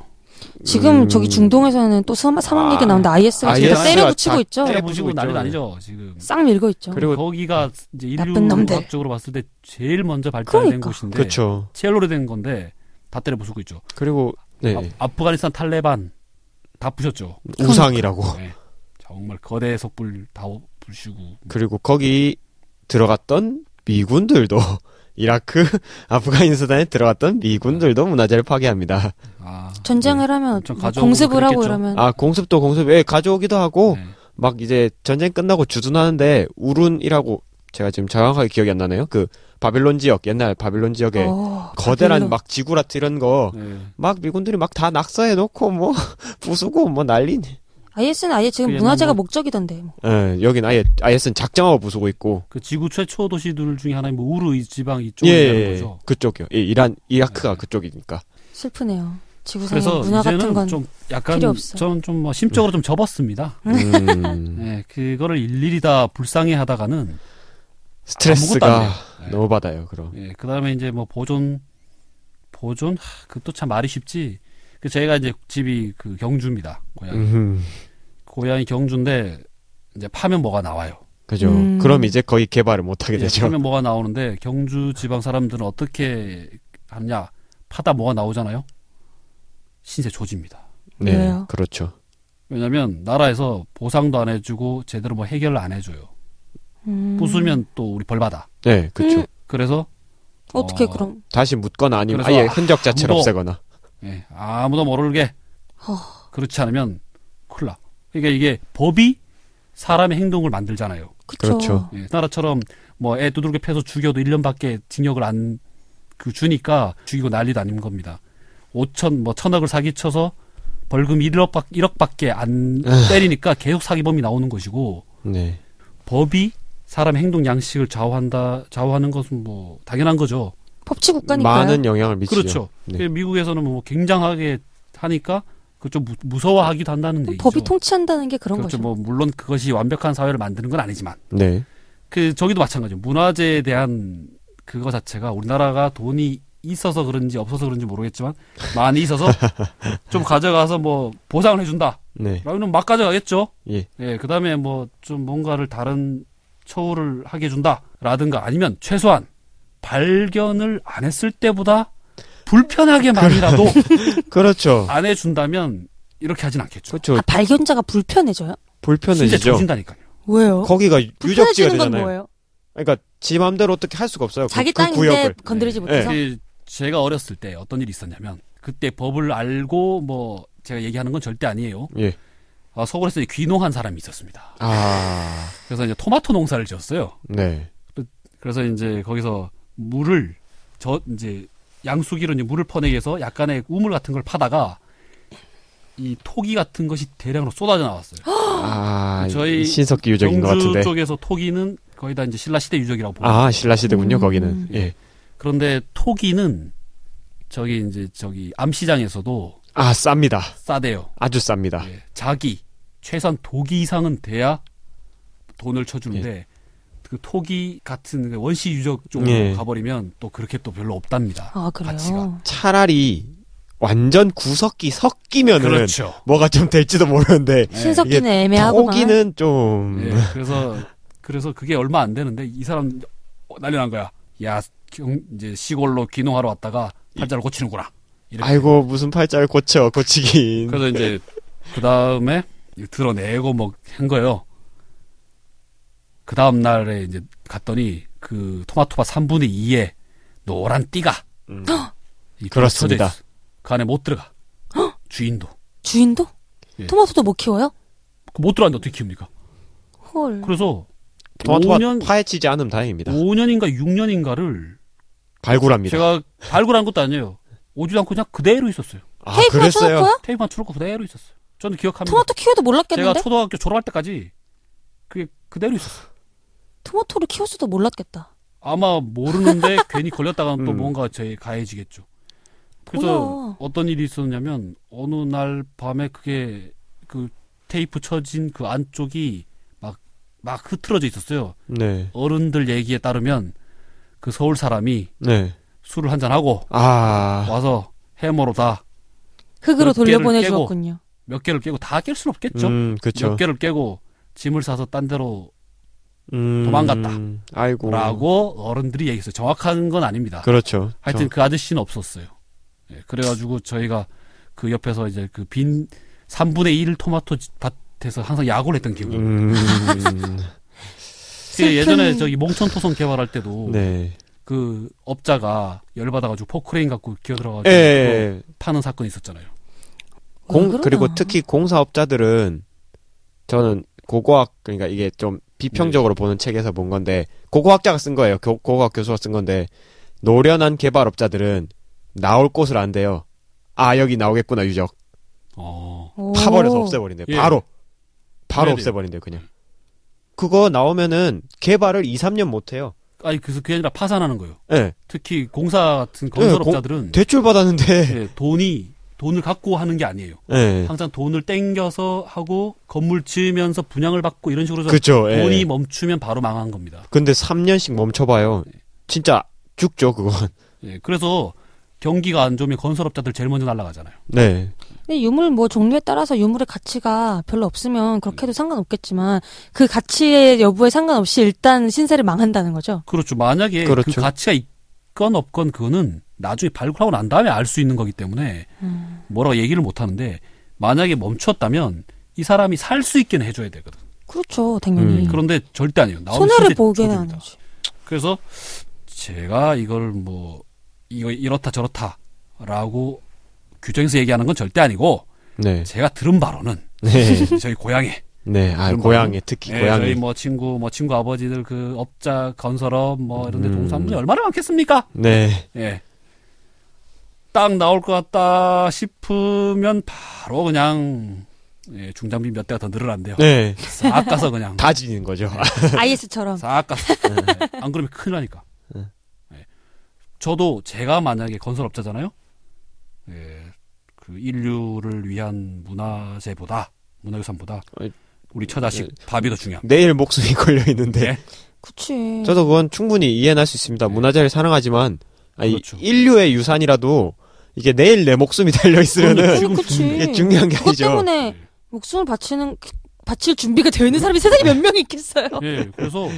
[SPEAKER 4] 지금
[SPEAKER 3] 음.
[SPEAKER 4] 저기 중동에서는 또 사망, 사망
[SPEAKER 2] 아.
[SPEAKER 4] 얘기 나오는데 IS가
[SPEAKER 3] IS
[SPEAKER 4] 제가
[SPEAKER 3] 가
[SPEAKER 4] 때려 붙이고
[SPEAKER 3] 다-
[SPEAKER 4] 있죠.
[SPEAKER 3] 네,
[SPEAKER 2] 부시고
[SPEAKER 3] 부수고
[SPEAKER 2] 난리
[SPEAKER 3] 있죠.
[SPEAKER 2] 아니죠 지금.
[SPEAKER 4] 싹 밀고 있죠.
[SPEAKER 3] 그리고-
[SPEAKER 2] 거기가 이제 인류
[SPEAKER 4] 나쁜 놈들.
[SPEAKER 2] 과학적으로 봤을 때 제일 먼저 발달된
[SPEAKER 4] 그러니까.
[SPEAKER 2] 곳인데
[SPEAKER 3] 그렇죠.
[SPEAKER 2] 제일 오래된 건데 다 때려 부수고 있죠.
[SPEAKER 3] 그리고 네.
[SPEAKER 2] 아, 프가니스탄 탈레반 다 부셨죠.
[SPEAKER 3] 우상이라고.
[SPEAKER 2] 네. 정말 거대 속불 다 부시고
[SPEAKER 3] 그리고 거기 들어갔던 미군들도 <laughs> 이라크, <laughs> 아프가니스탄에 들어갔던 미군들도 문화재를 파괴합니다.
[SPEAKER 2] 아,
[SPEAKER 4] 전쟁을 하면
[SPEAKER 2] 엄청 가져오고
[SPEAKER 4] 공습을 하고
[SPEAKER 2] 그랬겠죠.
[SPEAKER 4] 이러면
[SPEAKER 3] 아 공습도 공습 예 가져오기도 하고
[SPEAKER 2] 네.
[SPEAKER 3] 막 이제 전쟁 끝나고 주둔하는데 우룬이라고 제가 지금 정확하게 기억이 안 나네요. 그 바빌론 지역 옛날 바빌론 지역에
[SPEAKER 4] 어,
[SPEAKER 3] 거대한
[SPEAKER 4] 바빌론.
[SPEAKER 3] 막 지구라트 이런 거 막
[SPEAKER 2] 네.
[SPEAKER 3] 미군들이 막 다 낙서해 놓고 뭐 <laughs> 부수고 뭐 난리.
[SPEAKER 4] IS는 아예 지금
[SPEAKER 2] 그 옛날
[SPEAKER 4] 문화재가
[SPEAKER 2] 뭐-
[SPEAKER 4] 목적이던데. 뭐.
[SPEAKER 3] 예, 여긴 아예 IS는 작정하고 부수고 있고.
[SPEAKER 2] 그 지구 최초 도시들 중에 하나인 뭐 우르 지방
[SPEAKER 3] 예,
[SPEAKER 2] 이쪽에
[SPEAKER 3] 예,
[SPEAKER 2] 는
[SPEAKER 3] 예.
[SPEAKER 2] 거죠. 네.
[SPEAKER 3] 그쪽이요. 예, 이란 이라크가
[SPEAKER 4] <laughs>
[SPEAKER 3] 그쪽이니까.
[SPEAKER 4] 슬프네요. 지구상에
[SPEAKER 2] 그래서
[SPEAKER 4] 문화 같은
[SPEAKER 2] 이제는
[SPEAKER 4] 건
[SPEAKER 2] 좀 약간
[SPEAKER 4] 필요 없어.
[SPEAKER 2] 저는 좀뭐
[SPEAKER 3] 네.
[SPEAKER 2] 심적으로 좀 접었습니다.
[SPEAKER 3] 음,
[SPEAKER 2] 네, 그거를 일일이 다 불쌍해 하다가는 아무것도
[SPEAKER 3] 스트레스가
[SPEAKER 2] 안 돼요.
[SPEAKER 3] 너무 받아요. 그럼.
[SPEAKER 2] 예, 그다음에 이제 뭐 보존 보존 하, 그것도 참 말이 쉽지. 그 저희가 이제 집이 그 경주입니다. 고향 이
[SPEAKER 3] 음,
[SPEAKER 2] 고향이 경주인데 이제 파면 뭐가 나와요.
[SPEAKER 3] 그죠.
[SPEAKER 4] 음.
[SPEAKER 3] 그럼 이제 거의 개발을 못 하게
[SPEAKER 2] 예,
[SPEAKER 3] 되죠.
[SPEAKER 2] 파면 뭐가 나오는데 경주 지방 사람들은 어떻게 하느냐? 파다 뭐가 나오잖아요. 신세 조지입니다.
[SPEAKER 3] 네,
[SPEAKER 4] 왜요?
[SPEAKER 3] 그렇죠.
[SPEAKER 2] 왜냐면 나라에서 보상도 안 해주고 제대로 뭐 해결을 안 해줘요.
[SPEAKER 4] 음.
[SPEAKER 2] 부수면 또 우리 벌 받아.
[SPEAKER 3] 네, 그렇죠.
[SPEAKER 4] 음.
[SPEAKER 2] 그래서
[SPEAKER 4] 어떻게
[SPEAKER 2] 어,
[SPEAKER 4] 그럼?
[SPEAKER 3] 다시 묻거나 아니면
[SPEAKER 2] 그래서
[SPEAKER 3] 아예
[SPEAKER 2] 아,
[SPEAKER 3] 흔적 자체를
[SPEAKER 2] 아무도-
[SPEAKER 3] 없애거나.
[SPEAKER 2] 예, 아무도 모르게
[SPEAKER 4] 허.
[SPEAKER 2] 그렇지 않으면 큰일 나. 그러니까 이게 법이 사람의 행동을 만들잖아요.
[SPEAKER 4] 그쵸.
[SPEAKER 3] 그렇죠.
[SPEAKER 2] 예, 나라처럼 뭐 애 두들겨 패서 죽여도 1년밖에 징역을 안 그 주니까 죽이고 난리도 아닌 겁니다. 5천 뭐 천억을 사기쳐서 벌금 1억밖 1억밖에 안 때리니까 계속 사기범이 나오는 것이고
[SPEAKER 3] 네.
[SPEAKER 2] 법이 사람 행동 양식을 좌우한다 좌우하는 것은 뭐 당연한 거죠.
[SPEAKER 4] 법치 국가니까요.
[SPEAKER 3] 많은 영향을 미치죠.
[SPEAKER 2] 그렇죠.
[SPEAKER 3] 네.
[SPEAKER 2] 그래서 미국에서는 뭐 굉장하게 하니까 그 좀 무서워하기도 한다는 얘기죠.
[SPEAKER 4] 법이 통치한다는 게 그런
[SPEAKER 2] 그렇죠.
[SPEAKER 4] 거죠.
[SPEAKER 2] 뭐 물론 그것이 완벽한 사회를 만드는 건 아니지만
[SPEAKER 3] 네.
[SPEAKER 2] 그 저기도 마찬가지죠. 문화재에 대한 그거 자체가 우리나라가 돈이 있어서 그런지 없어서 그런지 모르겠지만 많이 있어서
[SPEAKER 3] <laughs>
[SPEAKER 2] 좀 가져가서 뭐 보상을 해준다.
[SPEAKER 3] 네.
[SPEAKER 2] 라면 막 가져가겠죠.
[SPEAKER 3] 예.
[SPEAKER 2] 예, 그 다음에 뭐 좀 뭔가를 다른 처우를 하게 해준다. 라든가 아니면 최소한 발견을 안 했을 때보다
[SPEAKER 3] <laughs>
[SPEAKER 2] 불편하게 많이라도
[SPEAKER 3] 그렇죠.
[SPEAKER 2] 안 해준다면 이렇게 하진 않겠죠.
[SPEAKER 3] 그렇죠.
[SPEAKER 4] 아, 발견자가 불편해져요?
[SPEAKER 2] 진짜
[SPEAKER 3] 불편해지죠.
[SPEAKER 2] 정신다니까요.
[SPEAKER 4] 왜요?
[SPEAKER 3] 거기가 유적지가
[SPEAKER 4] 어? 불편해지는 건
[SPEAKER 3] 되잖아요.
[SPEAKER 4] 뭐예요?
[SPEAKER 3] 그러니까 지 마음대로 어떻게 할 수가 없어요.
[SPEAKER 4] 자기
[SPEAKER 3] 그, 그
[SPEAKER 4] 땅인데
[SPEAKER 3] 구역을.
[SPEAKER 2] 네.
[SPEAKER 4] 건드리지 못해서
[SPEAKER 2] 그 제가 어렸을 때 어떤 일이 있었냐면 그때 법을 알고 뭐 제가 얘기하는 건 절대 아니에요.
[SPEAKER 3] 예.
[SPEAKER 2] 아, 서울에서 귀농한 사람이 있었습니다.
[SPEAKER 3] 아.
[SPEAKER 2] 그래서 이제 토마토 농사를 지었어요.
[SPEAKER 3] 네.
[SPEAKER 2] 그래서 이제 거기서 물을 저 이제 양수기로 이제 물을 퍼내기 위해서 약간의 우물 같은 걸 파다가 이 토기 같은 것이 대량으로 쏟아져 나왔어요.
[SPEAKER 3] 아.
[SPEAKER 2] 저희
[SPEAKER 3] 신석기 유적인 것
[SPEAKER 2] 경주
[SPEAKER 3] 같은데.
[SPEAKER 2] 쪽에서 토기는 거의 다 이제 신라 시대 유적이라고 보고
[SPEAKER 3] 아, 신라 시대군요,
[SPEAKER 4] 음.
[SPEAKER 3] 거기는. 예.
[SPEAKER 2] 그런데 토기는 저기 이제 저기 암시장에서도
[SPEAKER 3] 아, 쌉니다.
[SPEAKER 2] 싸대요.
[SPEAKER 3] 아주 쌉니다.
[SPEAKER 2] 예, 자기 최소한 도기 이상은 돼야 돈을 쳐주는데 그 토기 같은 그 원시 유적 쪽으로
[SPEAKER 3] 예.
[SPEAKER 2] 가버리면 또 그렇게 또 별로 없답니다.
[SPEAKER 4] 아 그래요.
[SPEAKER 2] 가치가.
[SPEAKER 3] 차라리 완전 구석기 섞이면은
[SPEAKER 2] 그렇죠.
[SPEAKER 3] 뭐가 좀 될지도 모르는데
[SPEAKER 2] 네.
[SPEAKER 4] 신석기는 애매하고만
[SPEAKER 3] 오기는 좀
[SPEAKER 2] 예, 그래서 그래서 그게 얼마 안 되는데 이 사람 어, 난리 난 거야. 야 경- 이제 시골로 귀농하러 왔다가 팔자를 고치는구나. 이렇게.
[SPEAKER 3] 아이고 무슨 팔자를 고쳐 고치긴
[SPEAKER 2] 그래서 이제 그 다음에 드러내고 뭐 한 거예요. 그 다음 날에 이제 갔더니 그 토마토밭 3분의 2에 노란 띠가
[SPEAKER 3] 음.
[SPEAKER 2] 이
[SPEAKER 3] 그렇습니다.
[SPEAKER 2] 쳐져 있어. 그 안에 못 들어가. 주인도
[SPEAKER 4] 주인도
[SPEAKER 2] 예.
[SPEAKER 4] 토마토도 못 키워요?
[SPEAKER 2] 그못 들어갔는데 어떻게 키웁니까?
[SPEAKER 4] 헐.
[SPEAKER 2] 그래서
[SPEAKER 3] 토마토가
[SPEAKER 2] 5년
[SPEAKER 3] 파헤치지 않으면 다행입니다
[SPEAKER 2] 5년인가 6년인가를
[SPEAKER 3] 발굴합니다
[SPEAKER 2] 제가 발굴한 것도 아니에요. 오지도 않고 그냥 그대로 있었어요.
[SPEAKER 3] 아
[SPEAKER 4] 테이프 맞춰 놓
[SPEAKER 3] 그랬어요
[SPEAKER 4] 거야?
[SPEAKER 2] 테이프만 추놓고 그대로 있었어요. 저는 기억합니다.
[SPEAKER 4] 토마토 키워도
[SPEAKER 2] 제가
[SPEAKER 4] 몰랐겠는데?
[SPEAKER 2] 초등학교 졸업할 때까지 그게 그대로 있었어요.
[SPEAKER 4] 토마토를 키웠어도 몰랐겠다.
[SPEAKER 2] 아마 모르는데
[SPEAKER 3] <laughs>
[SPEAKER 2] 괜히 걸렸다가는 또
[SPEAKER 3] 음.
[SPEAKER 2] 뭔가 제 가해지겠죠. 그래서
[SPEAKER 4] 뭐야.
[SPEAKER 2] 어떤 일이 있었냐면 어느 날 밤에 그게 그 테이프 쳐진 그 안쪽이 막 막 흐트러져 있었어요.
[SPEAKER 3] 네
[SPEAKER 2] 어른들 얘기에 따르면 그 서울 사람이
[SPEAKER 3] 네.
[SPEAKER 2] 술을 한잔 하고
[SPEAKER 3] 아,
[SPEAKER 2] 와서 해머로 다 몇
[SPEAKER 4] 흙으로
[SPEAKER 2] 몇 개를
[SPEAKER 4] 돌려보내
[SPEAKER 2] 깨고.
[SPEAKER 4] 주었군요.
[SPEAKER 2] 개를 깨고 다 깰 수는 없겠죠.
[SPEAKER 3] 음,
[SPEAKER 2] 몇
[SPEAKER 3] 그쵸.
[SPEAKER 2] 개를 깨고 짐을 사서 딴 데로
[SPEAKER 3] 음,
[SPEAKER 2] 도망갔다.
[SPEAKER 3] 아이고.
[SPEAKER 2] 라고
[SPEAKER 3] 음.
[SPEAKER 2] 어른들이 얘기했어요. 정확한 건 아닙니다.
[SPEAKER 3] 그렇죠.
[SPEAKER 2] 하여튼 그 아저씨는 없었어요. 예, 그래가지고 저희가 그 옆에서 이제 그 빈 3분의 1 토마토 지- 밭에서 항상 야구를 했던
[SPEAKER 3] 저,
[SPEAKER 2] 기억이 나요.
[SPEAKER 3] 음,
[SPEAKER 2] 그 예전에
[SPEAKER 4] 슬픈-
[SPEAKER 2] 저기 몽천토성 개발할 때도
[SPEAKER 3] 네.
[SPEAKER 2] 그 업자가 열받아가지고 포크레인 갖고 기어들어가지고 어,
[SPEAKER 3] 예, 예.
[SPEAKER 2] 파는 사건이 있었잖아요.
[SPEAKER 3] 공,
[SPEAKER 4] 왜 아, 그러나?
[SPEAKER 3] 그리고 특히 공사업자들은 저는 고고학, 그러니까 이게 좀 비평적으로
[SPEAKER 2] 네.
[SPEAKER 3] 보는 책에서 본 건데, 고고학자가 쓴 거예요. 고, 고고학 교수가 쓴 건데, 노련한 개발업자들은 나올 곳을 안 돼요. 아, 여기 나오겠구나, 유적.
[SPEAKER 2] 어,
[SPEAKER 4] 오.
[SPEAKER 3] 파버려서 없애버린대요.
[SPEAKER 2] 예.
[SPEAKER 3] 바로. 바로
[SPEAKER 2] 그래야 돼요.
[SPEAKER 3] 없애버린대요, 그냥. 그거 나오면은 개발을 2, 3년 못해요.
[SPEAKER 2] 아니 그래서 그게 아니라 파산하는 거예요.
[SPEAKER 3] 예.
[SPEAKER 2] 특히 공사
[SPEAKER 3] 네,
[SPEAKER 2] 같은 건설업자들은
[SPEAKER 3] 대출 받았는데.
[SPEAKER 2] 예, 돈이 돈을 갖고 하는 게 아니에요.
[SPEAKER 3] 예.
[SPEAKER 2] 항상 돈을 땡겨서 하고 건물 지으면서 분양을 받고 이런 식으로 해서
[SPEAKER 3] 그죠. 예.
[SPEAKER 2] 돈이 멈추면 바로 망한 겁니다.
[SPEAKER 3] 근데 3년씩 멈춰봐요. 진짜 죽죠, 그건.
[SPEAKER 2] 예, 그래서 경기가 안 좋으면 건설업자들 제일 먼저 날아가잖아요.
[SPEAKER 3] 네.
[SPEAKER 4] 근데 유물 뭐 종류에 따라서 유물의 가치가 별로 없으면 그렇게 해도 상관없겠지만 그 가치의 여부에 상관없이 일단 신세를 망한다는 거죠.
[SPEAKER 2] 그렇죠. 만약에 그
[SPEAKER 3] 그렇죠.
[SPEAKER 2] 가치가 있건 없건 그거는 나중에 발굴하고 난 다음에 알 수 있는 거기 때문에
[SPEAKER 4] 음.
[SPEAKER 2] 뭐라고 얘기를 못 하는데 만약에 멈췄다면 이 사람이 살 수 있게는 해줘야 되거든.
[SPEAKER 4] 그렇죠, 당연히.
[SPEAKER 3] 음,
[SPEAKER 2] 그런데 절대 아니에요. 나오는
[SPEAKER 4] 손해를
[SPEAKER 2] 실제
[SPEAKER 4] 보게는 안
[SPEAKER 2] 조조입니다.
[SPEAKER 4] 하지.
[SPEAKER 2] 그래서 제가 이걸 뭐 이거 이렇다 저렇다라고 규정해서 얘기하는 건 절대 아니고
[SPEAKER 3] 네.
[SPEAKER 2] 제가 들은 바로는
[SPEAKER 3] 네.
[SPEAKER 2] 저희 고향에
[SPEAKER 3] 네. 아,
[SPEAKER 2] 그런
[SPEAKER 3] 고양이, 특히
[SPEAKER 2] 예,
[SPEAKER 3] 고양이.
[SPEAKER 2] 저희 뭐 친구 뭐 친구 아버지들 그 업자 건설업 뭐 이런데
[SPEAKER 3] 음.
[SPEAKER 2] 동산분이 얼마나 많겠습니까?
[SPEAKER 3] 네.
[SPEAKER 2] 예. 딱 나올 것 같다 싶으면 바로 그냥 예, 중장비 몇 대가 더 늘어난대요.
[SPEAKER 3] 네.
[SPEAKER 2] 싹 가서 그냥
[SPEAKER 3] 다 지는 거죠.
[SPEAKER 2] 네.
[SPEAKER 4] IS처럼.
[SPEAKER 2] 싹 가서 예, 안 그러면 큰일 나니까.
[SPEAKER 3] 네.
[SPEAKER 2] 예. 저도 제가 만약에 건설업자잖아요. 예, 그 인류를 위한 문화재보다 문화유산보다
[SPEAKER 3] 아니,
[SPEAKER 2] 우리 처자식
[SPEAKER 3] 네.
[SPEAKER 2] 밥이 더 중요함.
[SPEAKER 3] <laughs> 내일 목숨이 걸려 있는데.
[SPEAKER 2] 예.
[SPEAKER 4] 그치.
[SPEAKER 3] 저도 그건 충분히 이해할 수 있습니다. 문화재를 사랑하지만 아니
[SPEAKER 2] 네. 그렇죠.
[SPEAKER 3] 인류의 유산이라도 이게 내일 내 목숨이 <laughs> 달려
[SPEAKER 2] 그렇죠.
[SPEAKER 3] 있으면은
[SPEAKER 4] 그럼
[SPEAKER 3] 이게
[SPEAKER 4] 그치.
[SPEAKER 3] 예, 중요한 게
[SPEAKER 4] 음. 그것
[SPEAKER 3] 아니죠. 네.
[SPEAKER 4] 때문에 목숨을 바치는 바칠 준비가 되어 있는 사람이 세상에 몇 명 있겠어요.
[SPEAKER 2] <laughs> 예, 그래서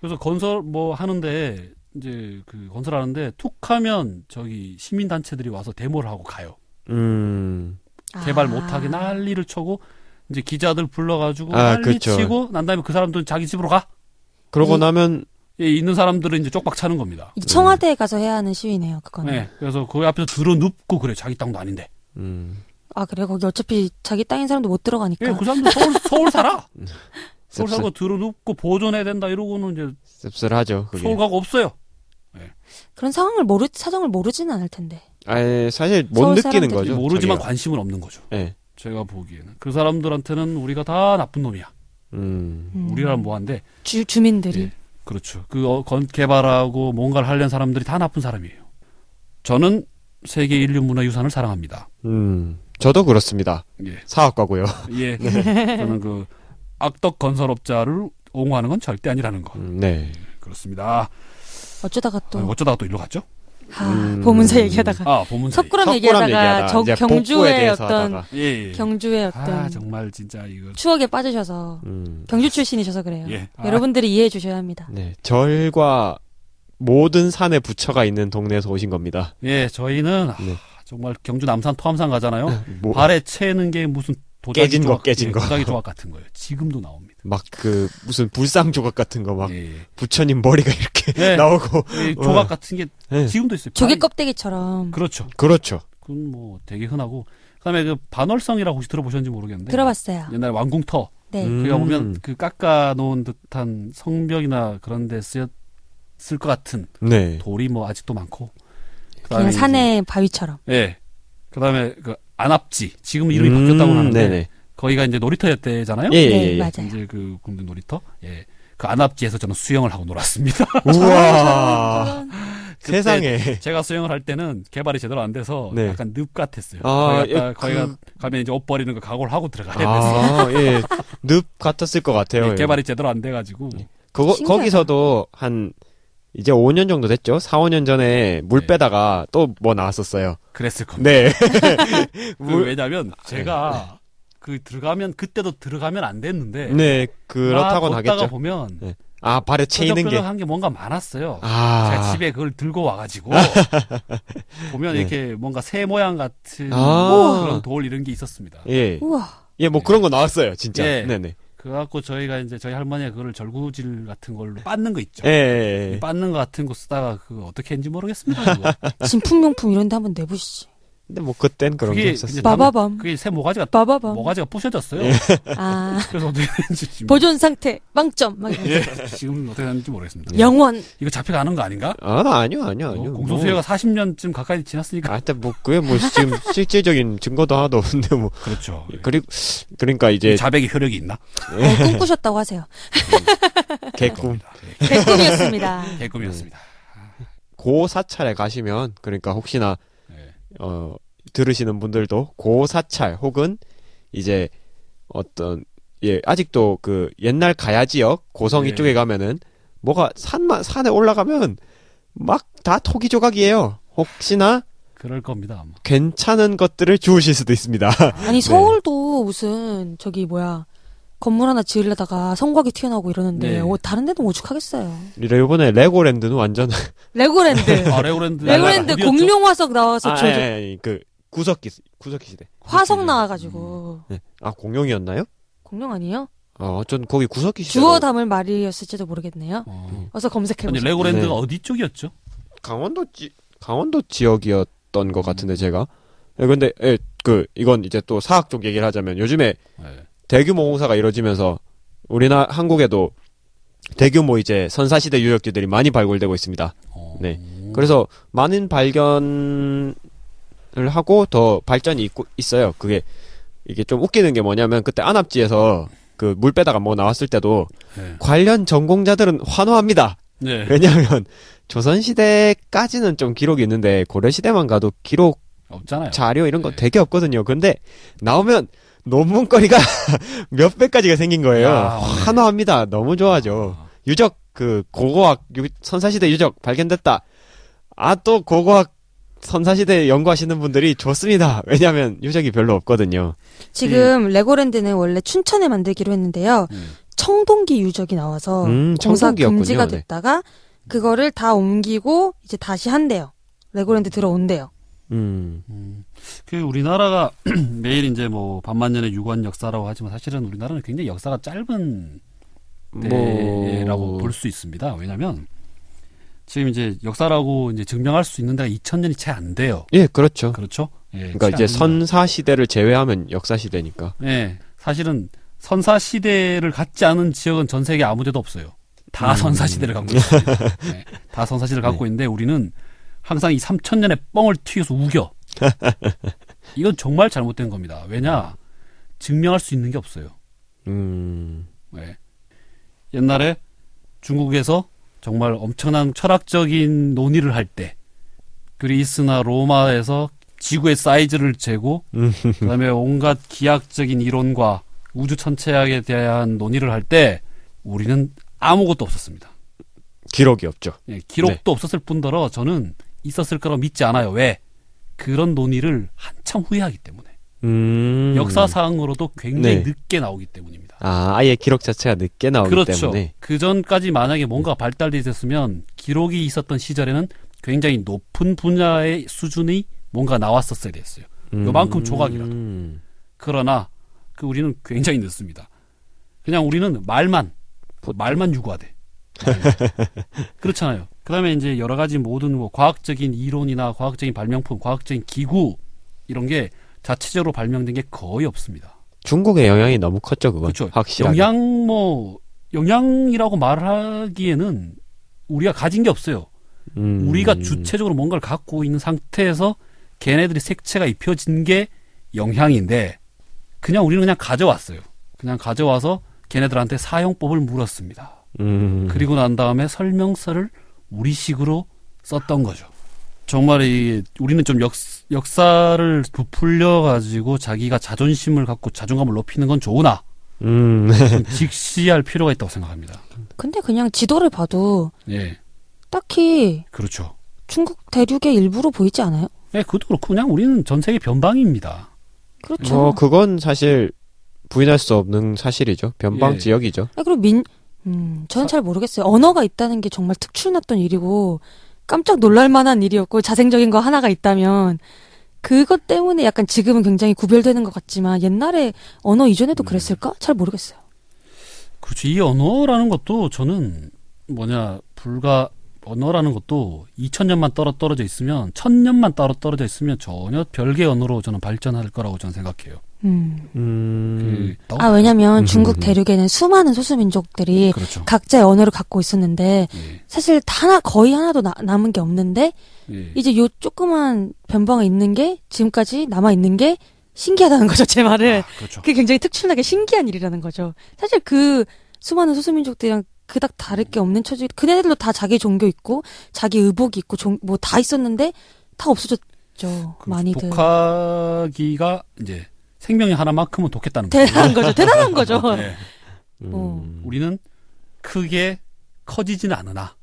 [SPEAKER 2] 그래서 건설 뭐 하는데 이제 그 건설하는데 툭하면 저기 시민 단체들이 와서 데모를 하고 가요.
[SPEAKER 3] 음.
[SPEAKER 2] 개발
[SPEAKER 4] 아.
[SPEAKER 2] 못하게 난리를 쳐고 이제 기자들 불러가지고
[SPEAKER 3] 아,
[SPEAKER 2] 난리
[SPEAKER 3] 그쵸.
[SPEAKER 2] 치고 난 다음에 그 사람들은 자기 집으로 가.
[SPEAKER 3] 그러고
[SPEAKER 4] 이-
[SPEAKER 3] 나면
[SPEAKER 2] 예, 있는 사람들은 이제 쪽박 차는 겁니다.
[SPEAKER 4] 이 청와대에 가서 해야 하는 시위네요. 그거는.
[SPEAKER 2] 예, 그래서 그 앞에서 들어 눕고 그래 자기 땅도 아닌데.
[SPEAKER 3] 음.
[SPEAKER 4] 아 그래 거기 어차피 자기 땅인 사람도 못 들어가니까.
[SPEAKER 2] 예, 그 사람들 서울 서울
[SPEAKER 4] <laughs>
[SPEAKER 2] 살아. 서울
[SPEAKER 3] 씁쓸,
[SPEAKER 2] 살고 들어 눕고 보존해야 된다 이러고는 이제
[SPEAKER 3] 씁쓸하죠. 그게.
[SPEAKER 2] 서울 가고 없어요.
[SPEAKER 4] 그런 상황을 모르 사정을 모르지는 않을 텐데.
[SPEAKER 3] 아 사실 못
[SPEAKER 4] 서울
[SPEAKER 3] 느끼는
[SPEAKER 4] 사람들이
[SPEAKER 3] 거죠.
[SPEAKER 2] 모르지만
[SPEAKER 3] 자기가.
[SPEAKER 2] 관심은 없는 거죠.
[SPEAKER 3] 예.
[SPEAKER 2] 제가 보기에는 그 사람들한테는 우리가 다 나쁜 놈이야.
[SPEAKER 3] 음.
[SPEAKER 4] 음.
[SPEAKER 2] 우리라면 뭐한데
[SPEAKER 4] 주 주민들이.
[SPEAKER 2] 예. 그렇죠. 그 어, 건 개발하고 뭔가를 하려는 사람들이 다 나쁜 사람이에요. 저는 세계 인류 문화 유산을 사랑합니다.
[SPEAKER 3] 음. 저도 그렇습니다.
[SPEAKER 2] 예.
[SPEAKER 3] 사업가고요. <laughs>
[SPEAKER 2] 예.
[SPEAKER 3] 네.
[SPEAKER 2] 저는 그 악덕 건설업자를 옹호하는 건 절대 아니라는 거.
[SPEAKER 3] 음, 네.
[SPEAKER 2] 그렇습니다.
[SPEAKER 4] 어쩌다가 또
[SPEAKER 2] 아, 어쩌다가 또 일로 갔죠?
[SPEAKER 4] 하,
[SPEAKER 3] 음.
[SPEAKER 4] 보문사 얘기하다가
[SPEAKER 2] 아, 보문 사이.
[SPEAKER 4] 석굴암
[SPEAKER 3] 석굴암
[SPEAKER 4] 얘기하다가 저
[SPEAKER 3] 이제 복구에
[SPEAKER 4] 경주의
[SPEAKER 3] 대해서
[SPEAKER 4] 어떤
[SPEAKER 3] 하다가.
[SPEAKER 2] 예. 예.
[SPEAKER 4] 경주의 어떤
[SPEAKER 2] 아, 정말 진짜 이거
[SPEAKER 4] 추억에 빠지셔서
[SPEAKER 3] 음.
[SPEAKER 4] 경주 출신이셔서 그래요.
[SPEAKER 2] 예. 아.
[SPEAKER 4] 여러분들이 이해해 주셔야 합니다.
[SPEAKER 3] 네. 절과 모든 산의 부처가 있는 동네에서 오신 겁니다.
[SPEAKER 2] 예, 저희는 아,
[SPEAKER 3] 네.
[SPEAKER 2] 정말 경주 남산 토함산 가잖아요.
[SPEAKER 3] <laughs> 뭐,
[SPEAKER 2] 어? 발에 채는 게 무슨 도자기
[SPEAKER 3] 깨진 거,
[SPEAKER 2] 조각,
[SPEAKER 3] 깨진
[SPEAKER 2] 예,
[SPEAKER 3] 거.
[SPEAKER 2] 도자기 조각 같은 거예요. 지금도 나옵니다.
[SPEAKER 3] 막 그 무슨 불상 조각 같은 거 막
[SPEAKER 2] 예.
[SPEAKER 3] 부처님 머리가 이렇게
[SPEAKER 2] 네.
[SPEAKER 3] <laughs> 나오고
[SPEAKER 2] 이 조각 같은 게
[SPEAKER 3] 네.
[SPEAKER 2] 지금도 있어요.
[SPEAKER 4] 조개
[SPEAKER 2] 반-
[SPEAKER 4] 껍데기처럼
[SPEAKER 2] 그렇죠.
[SPEAKER 3] 그렇죠.
[SPEAKER 2] 그건 뭐 되게 흔하고. 그다음에 그 반월성이라고 혹시 들어보셨는지 모르겠는데.
[SPEAKER 4] 들어봤어요.
[SPEAKER 2] 옛날에 왕궁터
[SPEAKER 4] 네.
[SPEAKER 3] 음.
[SPEAKER 2] 그가 보면 그 깎아 놓은 듯한 성벽이나 그런 데 쓰였을 것 같은
[SPEAKER 3] 네.
[SPEAKER 2] 돌이 뭐 아직도 많고. 아, 예,
[SPEAKER 4] 그냥 산의 바위처럼.
[SPEAKER 2] 이제- 예. 그다음에 그 안압지 지금 이름이 바뀌었다고 하는데
[SPEAKER 3] 음, 네네.
[SPEAKER 2] 거기가 이제 놀이터였대잖아요.
[SPEAKER 3] 예, 예,
[SPEAKER 4] 네,
[SPEAKER 3] 예.
[SPEAKER 4] 맞아요.
[SPEAKER 2] 이제 그 국내 놀이터. 예. 그 안압지에서 저는 수영을 하고 놀았습니다.
[SPEAKER 3] 우와.
[SPEAKER 2] <laughs> 그때
[SPEAKER 3] 세상에.
[SPEAKER 2] 제가 수영을 할 때는 개발이 제대로 안 돼서
[SPEAKER 3] 네.
[SPEAKER 2] 약간 늪 같았어요.
[SPEAKER 3] 아,
[SPEAKER 2] 거기 갔다,
[SPEAKER 3] 예,
[SPEAKER 2] 거기가
[SPEAKER 3] 그-
[SPEAKER 2] 가면 이제 옷 버리는 거 각오를 하고 들어가야 돼서
[SPEAKER 3] 아, 네, 예. 늪 같았을 것 같아요.
[SPEAKER 2] 예, 개발이 제대로 안 돼가지고
[SPEAKER 3] 그거,
[SPEAKER 4] 신기하다.
[SPEAKER 3] 거기서도 한, 이제 5년 정도 됐죠? 4, 5년 전에 물
[SPEAKER 2] 네.
[SPEAKER 3] 빼다가 또 뭐 나왔었어요.
[SPEAKER 2] 그랬을 겁니다. <laughs>
[SPEAKER 3] 네.
[SPEAKER 2] 그
[SPEAKER 3] 물, 아,
[SPEAKER 2] 왜냐하면 제가 그 들어가면 그때도 들어가면 안 됐는데
[SPEAKER 3] 네, 그렇다고는
[SPEAKER 2] 막 걷다가
[SPEAKER 3] 하겠죠.
[SPEAKER 2] 보면
[SPEAKER 3] 네. 아, 발에 채이는 게.
[SPEAKER 2] 끈적끈적한 게 뭔가 많았어요. 제가
[SPEAKER 3] 아,
[SPEAKER 2] 집에 그걸 들고 와가지고 <laughs> 보면
[SPEAKER 3] 네.
[SPEAKER 2] 이렇게 뭔가 새 모양 같은
[SPEAKER 3] 아.
[SPEAKER 2] 그런 돌 이런 게 있었습니다.
[SPEAKER 3] 예.
[SPEAKER 4] 우와.
[SPEAKER 3] 예, 뭐 그런 거 나왔어요, 진짜.
[SPEAKER 2] 네. 예.
[SPEAKER 3] 네네.
[SPEAKER 2] 그래갖고 저희가 이제 저희 할머니가 그걸 절구질 같은 걸로 빻는 거 있죠.
[SPEAKER 3] 예, 예, 예.
[SPEAKER 2] 빻는 거 같은 거 쓰다가 그거 어떻게 했는지 모르겠습니다.
[SPEAKER 3] <laughs>
[SPEAKER 2] 그거.
[SPEAKER 4] 진품명품 이런 데 한번 내보시지.
[SPEAKER 3] 근데 뭐 그땐 그런
[SPEAKER 2] 그게
[SPEAKER 3] 게 없었어요.
[SPEAKER 2] 이제
[SPEAKER 4] 빠바밤.
[SPEAKER 2] 그게 새 모가지가
[SPEAKER 4] 빠바밤.
[SPEAKER 2] 모가지가 부셔졌어요.
[SPEAKER 3] 예.
[SPEAKER 4] 아.
[SPEAKER 2] 그래서 어떻게 됐는지 지금
[SPEAKER 4] 보존 상태 망점. 막 이런.
[SPEAKER 2] 지금 어떻게 됐는지 모르겠습니다.
[SPEAKER 4] 영원.
[SPEAKER 2] 이거 잡혀가는 거 아닌가?
[SPEAKER 3] 아, 나 아니요, 아니요,
[SPEAKER 2] 뭐
[SPEAKER 3] 아니요.
[SPEAKER 2] 공소시효가 40년쯤 가까이 지났으니까
[SPEAKER 3] 뭐, 아, 일단 뭐, 그게 뭐, 지금 실질적인 증거도 하나도 없는데, 뭐.
[SPEAKER 2] 그렇죠.
[SPEAKER 3] 그리고, 그러니까 이제,
[SPEAKER 2] 자백의 효력이 있나?
[SPEAKER 4] 어, 꿈꾸셨다고 하세요.
[SPEAKER 3] 개꿈.
[SPEAKER 4] 개꿈이었습니다.
[SPEAKER 2] 예, 대금이었습니다.
[SPEAKER 3] 고사찰에 가시면, 그러니까 혹시나,
[SPEAKER 2] 예.
[SPEAKER 3] 어, 들으시는 분들도 고사찰 혹은 이제 어떤 예 아직도 그 옛날 가야 지역 고성
[SPEAKER 2] 네.
[SPEAKER 3] 이쪽에 가면은 뭐가 산만 산에 올라가면 막 다 토기 조각이에요. 혹시나
[SPEAKER 2] 그럴 겁니다 아마.
[SPEAKER 3] 괜찮은 것들을 주우실 수도 있습니다. <laughs>
[SPEAKER 4] 아니 서울도 무슨 저기 뭐야 건물 하나 지으려다가 성곽이 튀어나오고 이러는데
[SPEAKER 2] 네.
[SPEAKER 4] 어, 다른 데는 오죽하겠어요.
[SPEAKER 3] 이래 이번에 레고랜드는 완전
[SPEAKER 4] 레고랜드.
[SPEAKER 2] 아 레고랜드
[SPEAKER 4] <laughs> 레고랜드
[SPEAKER 2] 어디였죠?
[SPEAKER 4] 공룡 화석
[SPEAKER 3] <laughs>
[SPEAKER 4] 나와서
[SPEAKER 3] 아,
[SPEAKER 4] 저, 저
[SPEAKER 3] 아니, 아니, 그 구석기 구석기 시대.
[SPEAKER 4] 화석 나와가지고
[SPEAKER 3] 네. 아 공룡이었나요?
[SPEAKER 4] 공룡 아니에요?
[SPEAKER 3] 어, 전 거기 구석기 시대.
[SPEAKER 4] 주워 담을 말이었을지도 모르겠네요.
[SPEAKER 2] 어.
[SPEAKER 4] 어서
[SPEAKER 2] 아니
[SPEAKER 4] 검색해보세요.
[SPEAKER 2] 레고랜드가
[SPEAKER 3] 네.
[SPEAKER 2] 어디 쪽이었죠?
[SPEAKER 3] 강원도 지 강원도 지역이었던 것 같은데 제가. 예, 근데 예, 그 이건 이제 또 사학 쪽 얘기를 하자면 요즘에
[SPEAKER 2] 예.
[SPEAKER 3] 대규모 공사가 이루어지면서 우리나라 한국에도 대규모 이제 선사시대 네. 유적지들이 많이 발굴되고 있습니다.
[SPEAKER 2] 어.
[SPEAKER 3] 네. 그래서 많은 발견 하고 더 발전이 있고 있어요. 그게 이게 좀 웃기는 게 뭐냐면 그때 안압지에서 그 물 빼다가 뭐 나왔을 때도
[SPEAKER 2] 네.
[SPEAKER 3] 관련 전공자들은 환호합니다.
[SPEAKER 2] 네.
[SPEAKER 3] <laughs> 그 왜냐하면 조선시대까지는 좀 기록이 있는데 고려시대만 가도 기록
[SPEAKER 2] 없잖아요. 네.
[SPEAKER 3] 자료 이런 거 되게 없거든요. 근데 나오면 논문거리가 <laughs> 몇백 가지가 생긴 거예요.
[SPEAKER 2] 야. 네.
[SPEAKER 3] 환호합니다. 너무 좋아하죠. 유적 그 고고학 유- 선사시대 유적 발견됐다. 아 또 고고학 선사시대 연구하시는 분들이 좋습니다. 왜냐하면 유적이 별로 없거든요.
[SPEAKER 4] 지금
[SPEAKER 3] 예.
[SPEAKER 4] 레고랜드는 원래 춘천에 만들기로 했는데요.
[SPEAKER 2] 음.
[SPEAKER 4] 청동기 유적이 나와서
[SPEAKER 3] 음,
[SPEAKER 4] 공사
[SPEAKER 3] 청동기였군요.
[SPEAKER 4] 금지가
[SPEAKER 3] 네.
[SPEAKER 4] 됐다가 그거를 다 옮기고 이제 다시 한대요. 레고랜드 들어온대요.
[SPEAKER 3] 음,
[SPEAKER 2] 음, 그 우리나라가 <clears throat> 매일 이제 뭐 반만년의 유관 역사라고 하지만 사실은 우리나라는 굉장히 역사가 짧은 네,
[SPEAKER 3] 뭐
[SPEAKER 2] 때라고 볼 수 있습니다. 왜냐하면 지금 이제 역사라고 이제 증명할 수 있는 데가 2000년이 채 안 돼요.
[SPEAKER 3] 예, 그렇죠.
[SPEAKER 2] 그렇죠? 예,
[SPEAKER 3] 그러니까
[SPEAKER 2] 채
[SPEAKER 3] 이제
[SPEAKER 2] 안 됩니다.
[SPEAKER 3] 선사시대를 제외하면 역사시대니까.
[SPEAKER 2] 예, 사실은 선사 시대를 갖지 않은 지역은 전 세계 아무데도 없어요. 다
[SPEAKER 3] 음.
[SPEAKER 2] 선사 시대를 갖고 있습니다. 예, 다 선사 시대를 갖고 있는데 우리는 항상 이 3000년의 뻥을 튀겨서 우겨. 이건 정말 잘못된 겁니다. 왜냐? 증명할 수 있는 게 없어요.
[SPEAKER 3] 음,
[SPEAKER 2] 예. 옛날에 중국에서 정말 엄청난 철학적인 논의를 할 때 그리스나 로마에서 지구의 사이즈를 재고
[SPEAKER 3] 음.
[SPEAKER 2] 그다음에 온갖 기하학적인 이론과 우주 천체학에 대한 논의를 할 때 우리는 아무것도 없었습니다.
[SPEAKER 3] 기록이 없죠.
[SPEAKER 2] 예, 기록도
[SPEAKER 3] 네.
[SPEAKER 2] 없었을 뿐더러 저는 있었을 거라고 믿지 않아요. 왜? 그런 논의를 한참 후회하기 때문에
[SPEAKER 3] 음.
[SPEAKER 2] 역사상으로도 굉장히
[SPEAKER 3] 네.
[SPEAKER 2] 늦게 나오기 때문입니다.
[SPEAKER 3] 아, 아예 기록 자체가 늦게 나오기
[SPEAKER 2] 그렇죠.
[SPEAKER 3] 때문에.
[SPEAKER 2] 그 전까지 만약에 뭔가 발달돼 있었으면 기록이 있었던 시절에는 굉장히 높은 분야의 수준의 뭔가 나왔었어야 됐어요.
[SPEAKER 3] 음.
[SPEAKER 2] 요만큼 조각이라도.
[SPEAKER 3] 음.
[SPEAKER 2] 그러나 그 우리는 굉장히 늦습니다. 그냥 우리는 말만 말만 유구하대.
[SPEAKER 3] <laughs>
[SPEAKER 2] 네. 그렇잖아요. 그다음에 이제 여러 가지 모든 뭐 과학적인 이론이나 과학적인 발명품, 과학적인 기구 이런 게 자체적으로 발명된 게 거의 없습니다.
[SPEAKER 3] 중국의 영향이 너무 컸죠, 그건.
[SPEAKER 2] 그렇죠.
[SPEAKER 3] 뭐 확실하게.
[SPEAKER 2] 영양 뭐 영양이라고 말하기에는 우리가 가진 게 없어요.
[SPEAKER 3] 음.
[SPEAKER 2] 우리가 주체적으로 뭔가를 갖고 있는 상태에서 걔네들이 색채가 입혀진 게 영향인데 그냥 우리는 그냥 가져왔어요. 그냥 가져와서 걔네들한테 사용법을 물었습니다.
[SPEAKER 3] 음.
[SPEAKER 2] 그리고 난 다음에 설명서를 우리식으로 썼던 거죠. 정말 이 우리는 좀 역, 역사를 부풀려 가지고 자기가 자존심을 갖고 자존감을 높이는 건 좋으나 <laughs>
[SPEAKER 3] 음.
[SPEAKER 2] 좀 직시할 필요가 있다고 생각합니다.
[SPEAKER 4] 근데 그냥 지도를 봐도
[SPEAKER 2] 예,
[SPEAKER 4] 딱히
[SPEAKER 2] 그렇죠.
[SPEAKER 4] 중국 대륙의 일부로 보이지 않아요?
[SPEAKER 2] 예, 그것도 그렇고 그냥 우리는 전 세계 변방입니다.
[SPEAKER 4] 그렇죠.
[SPEAKER 3] 뭐 그건 사실 부인할 수 없는 사실이죠. 변방
[SPEAKER 2] 예.
[SPEAKER 3] 지역이죠.
[SPEAKER 4] 아, 그리고 민, 음, 저는
[SPEAKER 3] 아.
[SPEAKER 4] 잘 모르겠어요. 언어가 있다는 게 정말 특출났던 일이고, 깜짝 놀랄 만한 일이었고, 자생적인 거 하나가 있다면, 그것 때문에 약간 지금은 굉장히 구별되는 것 같지만, 옛날에 언어
[SPEAKER 3] 음.
[SPEAKER 4] 이전에도 그랬을까? 잘 모르겠어요.
[SPEAKER 2] 그렇죠. 이 언어라는 것도 저는 뭐냐 불과 언어라는 것도 2000년만 떨어 떨어져 있으면 1000년만 따로 떨어져 있으면 전혀 별개 의 언어로 저는 발전할 거라고 저는 생각해요.
[SPEAKER 4] 음.
[SPEAKER 3] 음.
[SPEAKER 2] 그,
[SPEAKER 4] 아, 왜냐면
[SPEAKER 3] 음.
[SPEAKER 4] 중국 대륙에는 수많은 소수민족들이
[SPEAKER 2] 그렇죠.
[SPEAKER 4] 각자의 언어를 갖고 있었는데,
[SPEAKER 2] 예,
[SPEAKER 4] 사실 다 하나, 거의 하나도 나- 남은 게 없는데,
[SPEAKER 2] 예.
[SPEAKER 4] 이제 요 조그만 변방에 있는 게, 지금까지 남아있는 게, 신기하다는 거죠, 제 말은.
[SPEAKER 2] 아, 그렇죠.
[SPEAKER 4] 그게 굉장히 특출나게 신기한 일이라는 거죠. 사실 그 수많은 소수민족들이랑 그닥 다를 게 없는 처지, 그네들도 다 자기 종교 있고, 자기 의복이 있고, 뭐 다 있었는데, 다 없어졌죠.
[SPEAKER 2] 그
[SPEAKER 4] 많이들.
[SPEAKER 2] 독하기가 이제 생명이 하나만큼은 독했다는 거죠.
[SPEAKER 4] 대단한 거죠. 대단한 거죠.
[SPEAKER 2] 예.
[SPEAKER 3] 음.
[SPEAKER 4] 어.
[SPEAKER 2] 우리는 크게 커지지는 않으나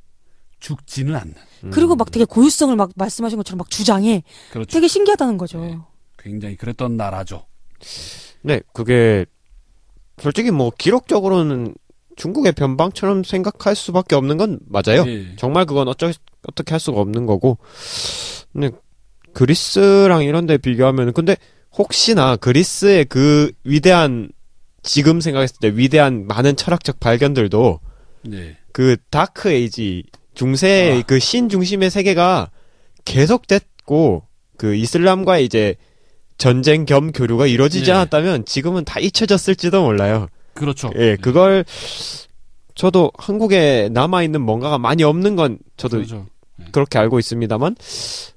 [SPEAKER 2] 죽지는 않는.
[SPEAKER 3] 음.
[SPEAKER 4] 그리고 막 되게 고유성을 막 말씀하신 것처럼 막 주장해.
[SPEAKER 2] 그렇죠.
[SPEAKER 4] 되게 신기하다는 거죠.
[SPEAKER 2] 네. 굉장히 그랬던 나라죠.
[SPEAKER 3] 네, 그게 솔직히 뭐 기록적으로는 중국의 변방처럼 생각할 수밖에 없는 건 맞아요.
[SPEAKER 2] 예.
[SPEAKER 3] 정말 그건 어쩌 어떻게 할 수가 없는 거고. 근데 그리스랑 이런 데 비교하면 근데 혹시나 그리스의 그 위대한 지금 생각했을 때 위대한 많은 철학적 발견들도
[SPEAKER 2] 네.
[SPEAKER 3] 그 다크 에이지 중세의
[SPEAKER 2] 아.
[SPEAKER 3] 그 신 중심의 세계가 계속됐고 그 이슬람과 이제 전쟁 겸 교류가 이루어지지
[SPEAKER 2] 예.
[SPEAKER 3] 않았다면 지금은 다 잊혀졌을지도 몰라요.
[SPEAKER 2] 그렇죠.
[SPEAKER 3] 예, 그걸 저도 한국에 남아 있는 뭔가가 많이 없는 건 저도
[SPEAKER 2] 그렇죠.
[SPEAKER 3] 그렇게 알고 있습니다만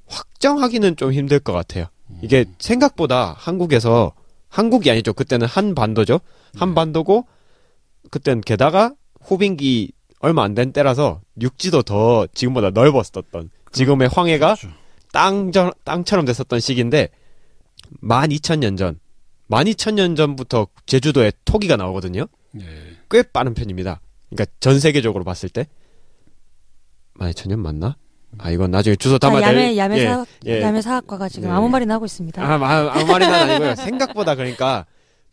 [SPEAKER 3] 확정하기는 좀 힘들 것 같아요. 이게
[SPEAKER 2] 음.
[SPEAKER 3] 생각보다 한국에서 한국이 아니죠. 그때는 한반도죠.
[SPEAKER 2] 네.
[SPEAKER 3] 한반도고 그땐 게다가 호빙기 얼마 안 된 때라서 육지도 더 지금보다 넓었었던 지금의 황해가
[SPEAKER 2] 그렇죠.
[SPEAKER 3] 땅 땅처럼 됐었던 시기인데 12,000년 전 12,000년 전부터 제주도에 토기가 나오거든요.
[SPEAKER 2] 예.
[SPEAKER 3] 꽤 빠른 편입니다. 그러니까 전 세계적으로 봤을 때 12,000년 맞나? 아 이건 나중에 주소 담아야
[SPEAKER 4] 야매
[SPEAKER 3] 될
[SPEAKER 4] 야매
[SPEAKER 3] 예,
[SPEAKER 4] 사학
[SPEAKER 3] 예.
[SPEAKER 4] 야매 사학과가 지금
[SPEAKER 3] 네.
[SPEAKER 4] 아무 말이나 하고 있습니다.
[SPEAKER 3] 아, 아, 아무 말이나 아니고요. 생각보다 그러니까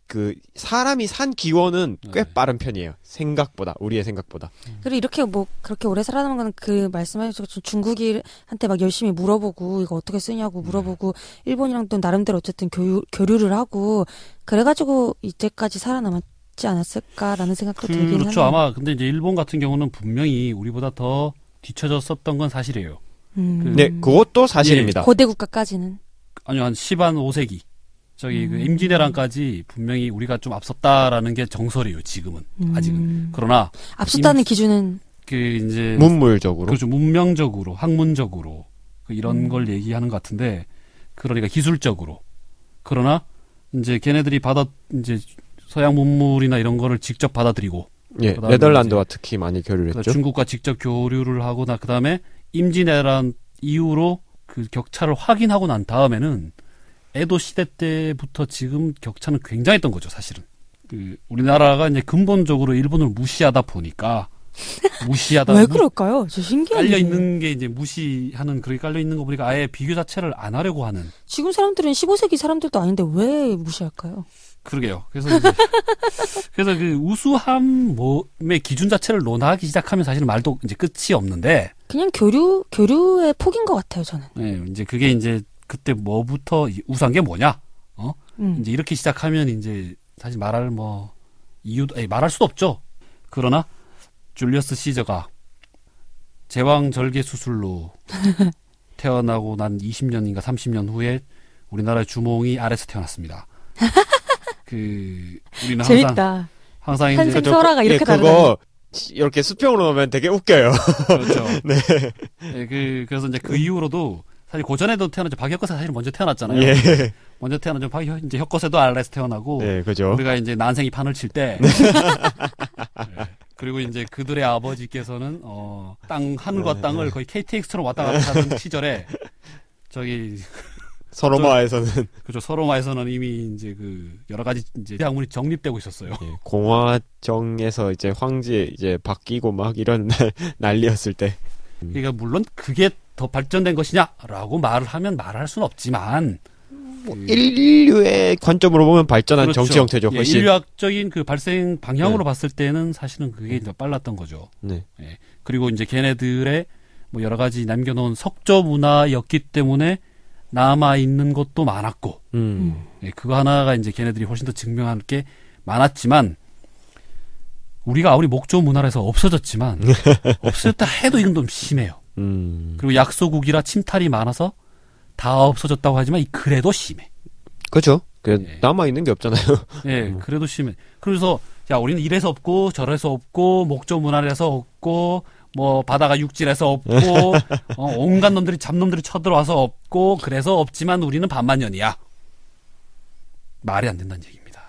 [SPEAKER 3] 그 사람이 산 기원은 꽤
[SPEAKER 2] 네.
[SPEAKER 3] 빠른 편이에요. 생각보다 우리의 생각보다.
[SPEAKER 4] 그리고 이렇게 뭐 그렇게 오래 살아남은 거는 그 말씀하신 중국인한테 막 열심히 물어보고 이거 어떻게 쓰냐고
[SPEAKER 2] 네.
[SPEAKER 4] 물어보고 일본이랑도 나름대로 어쨌든 교유, 교류를 하고 그래가지고 이때까지 살아남았지 않았을까라는 생각도 들긴
[SPEAKER 2] 그렇죠.
[SPEAKER 4] 하네요.
[SPEAKER 2] 아마 근데 이제 일본 같은 경우는 분명히 우리보다 더 뒤쳐졌었던 건 사실이에요.
[SPEAKER 4] 음.
[SPEAKER 2] 그-
[SPEAKER 3] 네, 그것도 사실입니다.
[SPEAKER 2] 예,
[SPEAKER 4] 고대 국가까지는
[SPEAKER 2] 아니요, 한 10한 5세기. 저기
[SPEAKER 4] 음.
[SPEAKER 2] 그 임진왜란까지 분명히 우리가 좀 앞섰다라는 게 정설이에요, 지금은. 아직은.
[SPEAKER 4] 음.
[SPEAKER 2] 그러나
[SPEAKER 4] 앞섰다는 기준은
[SPEAKER 2] 그 이제
[SPEAKER 3] 문물적으로. 음.
[SPEAKER 2] 그렇죠. 문명적으로, 학문적으로 그 이런 걸 얘기하는 것 같은데 그러니까 기술적으로. 그러나 이제 걔네들이 받아 이제 서양 문물이나 이런 거를 직접 받아들이고
[SPEAKER 3] 예,
[SPEAKER 2] 그다음에
[SPEAKER 3] 네덜란드와 특히 많이 교류를 했죠.
[SPEAKER 2] 중국과 직접 교류를 하고 나 그다음에 임진왜란 이후로 그 격차를 확인하고 난 다음에는 에도 시대 때부터 지금 격차는 굉장했던 거죠 사실은 그 우리나라가 이제 근본적으로 일본을 무시하다
[SPEAKER 3] <laughs>
[SPEAKER 2] 보니까 무시하다
[SPEAKER 4] 왜
[SPEAKER 2] 보니
[SPEAKER 4] 그럴까요? 저 신기한
[SPEAKER 2] 깔려
[SPEAKER 4] 일이에요.
[SPEAKER 2] 있는 게 이제 무시하는 그렇게 깔려 있는 거 보니까 아예 비교 자체를 안 하려고 하는
[SPEAKER 4] 지금 사람들은 15세기 사람들도 아닌데 왜 무시할까요?
[SPEAKER 2] 그러게요. 그래서 이제 <laughs> 그래서 그 우수함 뭐의 기준 자체를 논하기 시작하면 사실은 말도 이제 끝이 없는데
[SPEAKER 4] 그냥 교류 교류의 폭인 것 같아요 저는.
[SPEAKER 2] 예, 이제 그게 이제 그때 뭐부터 이- 우수한 게 뭐냐?
[SPEAKER 4] 음.
[SPEAKER 2] 이제 이렇게 시작하면 이제 사실 말할 뭐 이유 아니, 말할 수도 없죠. 그러나 줄리어스 시저가 제왕 절개
[SPEAKER 4] <laughs>
[SPEAKER 2] 수술로 태어나고 난 20년인가 30년 후에 우리나라의 주몽이 아래서
[SPEAKER 4] <laughs>
[SPEAKER 2] 태어났습니다. 그 우리는 항상
[SPEAKER 4] 재밌다.
[SPEAKER 2] 항상
[SPEAKER 4] 한
[SPEAKER 2] 이제
[SPEAKER 4] 생- 설화가 이렇게
[SPEAKER 3] 예,
[SPEAKER 4] 다르다니.
[SPEAKER 3] 그거 이렇게 수평으로 놓으면 되게 웃겨요.
[SPEAKER 2] 그렇죠. 네. 그 그래서 이제 그 이후로도 사실 그 전에도 태어났죠. 박혁거사 사실 먼저 태어났잖아요. 네.
[SPEAKER 3] <laughs> 예.
[SPEAKER 2] 먼저 태어나죠. 박 이제 혁거세도 알레스 태어나고
[SPEAKER 3] 예, 그죠.
[SPEAKER 2] 우리가 이제 난생이 판을 칠 때.
[SPEAKER 3] 네.
[SPEAKER 2] <laughs> 예. 그리고 이제 그들의 아버지께서는 어, 땅
[SPEAKER 3] 네,
[SPEAKER 2] 하늘과 땅을 거의 KTX처럼 왔다 갔다 하는 시절에 저기
[SPEAKER 3] 서로마에서는
[SPEAKER 2] 그죠 서로마에서는 이미 이제 그 여러 가지 이제 학문이 정립되고 있었어요.
[SPEAKER 3] 예, 공화정에서 이제 황제 이제 바뀌고 막 이런 <laughs> 날- 난리였을 때
[SPEAKER 2] 그러니까 물론 그게 더 발전된 것이냐라고 말을 하면 말할 수는 없지만 그-
[SPEAKER 3] 인류의 관점으로 보면 발전한
[SPEAKER 2] 그렇죠.
[SPEAKER 3] 정치 형태죠.
[SPEAKER 2] 예,
[SPEAKER 3] 훨씬.
[SPEAKER 2] 인류학적인 그 발생 방향으로 봤을 때는 사실은 그게 더 빨랐던 거죠.
[SPEAKER 3] 네.
[SPEAKER 2] 그리고 이제 걔네들의 뭐 여러 가지 남겨놓은 석조 문화였기 때문에 남아 있는 것도 많았고
[SPEAKER 3] 음.
[SPEAKER 2] 예, 그거 하나가 이제 걔네들이 훨씬 더 증명할 게 많았지만 우리가 아무리 목조 문화라서 없어졌지만 없어졌다 해도 이건 좀 심해요.
[SPEAKER 3] 음.
[SPEAKER 2] 그리고 약소국이라 침탈이 많아서 다 없어졌다고 하지만 이 그래도 심해.
[SPEAKER 3] 그렇죠. 그
[SPEAKER 2] 예.
[SPEAKER 3] 남아 있는 게 없잖아요.
[SPEAKER 2] 예, 그래도 심해. 그래서 야 우리는 이래서 없고 저래서 없고 목조 문화래서 없고 뭐 바다가 육지래서 없고 어, 온갖 놈들이 잡놈들이 쳐들어와서 없고 그래서 없지만 우리는 반만년이야. 말이 안 된다는 얘기입니다.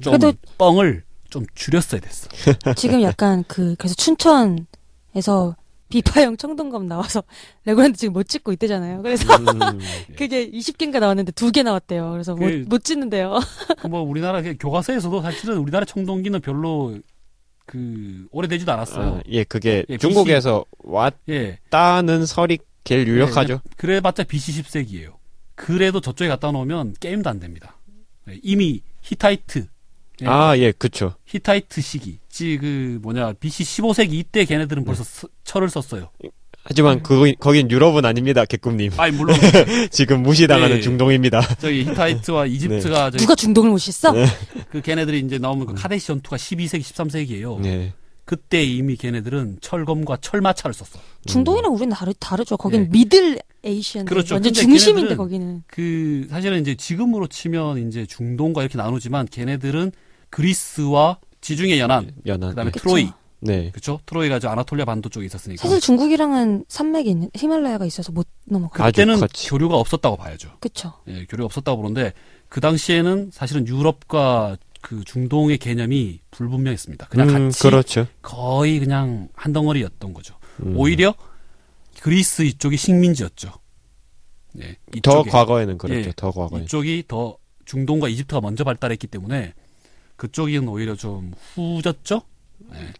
[SPEAKER 2] 좀
[SPEAKER 4] 그래도-
[SPEAKER 2] 뻥을 좀 줄였어야 됐어.
[SPEAKER 4] 지금 약간 그 그래서 춘천에서 비파형 청동검 나와서 <laughs> 레고랜드 지금 못 찍고 있대잖아요. 그래서
[SPEAKER 2] 네. 음.
[SPEAKER 4] 그게 20개인가 나왔는데 두 개 나왔대요. 그래서 못,
[SPEAKER 2] 그-
[SPEAKER 4] 못 찍는데요.
[SPEAKER 2] 뭐 우리나라 그 교과서에서도 사실은 우리나라 청동기는 별로 그 오래되지도 않았어요.
[SPEAKER 3] <laughs> 아, 예, 그게
[SPEAKER 2] 예,
[SPEAKER 3] 중국에서
[SPEAKER 2] 예,
[SPEAKER 3] 왔다는 설이
[SPEAKER 2] 네,
[SPEAKER 3] 제일 유력하죠.
[SPEAKER 2] 그래봤자 BC 10세기예요. 그래도 저쪽에 갖다 놓으면 게임도 안 됩니다. 예, 이미 히타이트, 예,
[SPEAKER 3] 아, 예, 그쵸.
[SPEAKER 2] 히타이트 시기, 지그 뭐냐 BC 15세기 이때 걔네들은 벌써 서- 철을 썼어요. 네.
[SPEAKER 3] 하지만 그 거긴 유럽은 아닙니다, 개꿈님. <laughs>
[SPEAKER 2] 아니 물론
[SPEAKER 3] 지금 무시당하는
[SPEAKER 2] 예.
[SPEAKER 3] 중동입니다.
[SPEAKER 2] <laughs> 저기 히타이트와 이집트가 저기
[SPEAKER 4] 누가 중동을 모시겠어?
[SPEAKER 3] 네.
[SPEAKER 2] 그 걔네들이 네. 이제 나오면 그 카데시 전투가 12세기, 13세기예요.
[SPEAKER 3] 예.
[SPEAKER 2] 그때 이미 걔네들은 철검과 철마차를 썼어.
[SPEAKER 3] 음.
[SPEAKER 4] 중동이랑 우리는 다르, 다르죠. 거긴
[SPEAKER 2] 예.
[SPEAKER 4] 미들 에이시안.
[SPEAKER 2] 그렇죠.
[SPEAKER 4] 완전
[SPEAKER 2] 근데
[SPEAKER 4] 중심인데
[SPEAKER 2] 걔네들은-
[SPEAKER 4] 거기는.
[SPEAKER 2] 그 사실은 이제 지금으로 치면 이제 중동과 이렇게 나누지만 걔네들은 그리스와 지중해 연안,
[SPEAKER 3] 예, 연한.
[SPEAKER 2] 그다음에
[SPEAKER 4] 그쵸.
[SPEAKER 2] 트로이,
[SPEAKER 3] 네.
[SPEAKER 2] 그렇죠? 트로이가 저 아나톨리아 반도 쪽에 있었으니까.
[SPEAKER 4] 사실 중국이랑은 산맥이 있는 히말라야가 있어서 못 넘어가.
[SPEAKER 3] 아주
[SPEAKER 2] 그때는
[SPEAKER 3] 같이.
[SPEAKER 2] 교류가 없었다고 봐야죠.
[SPEAKER 4] 그쵸.
[SPEAKER 2] 예, 교류가 없었다고 보는데 그 당시에는 사실은 유럽과 그 중동의 개념이 불분명했습니다. 그냥
[SPEAKER 3] 음,
[SPEAKER 2] 같이
[SPEAKER 3] 그렇죠.
[SPEAKER 2] 거의 그냥 한 덩어리였던 거죠.
[SPEAKER 3] 음.
[SPEAKER 2] 오히려 그리스 이쪽이 식민지였죠. 예,
[SPEAKER 3] 더
[SPEAKER 2] 이쪽에.
[SPEAKER 3] 과거에는 그렇죠.
[SPEAKER 2] 예.
[SPEAKER 3] 더 과거에.
[SPEAKER 2] 이쪽이 더 중동과 이집트가 먼저 발달했기 때문에 그쪽은 오히려 좀 후졌죠.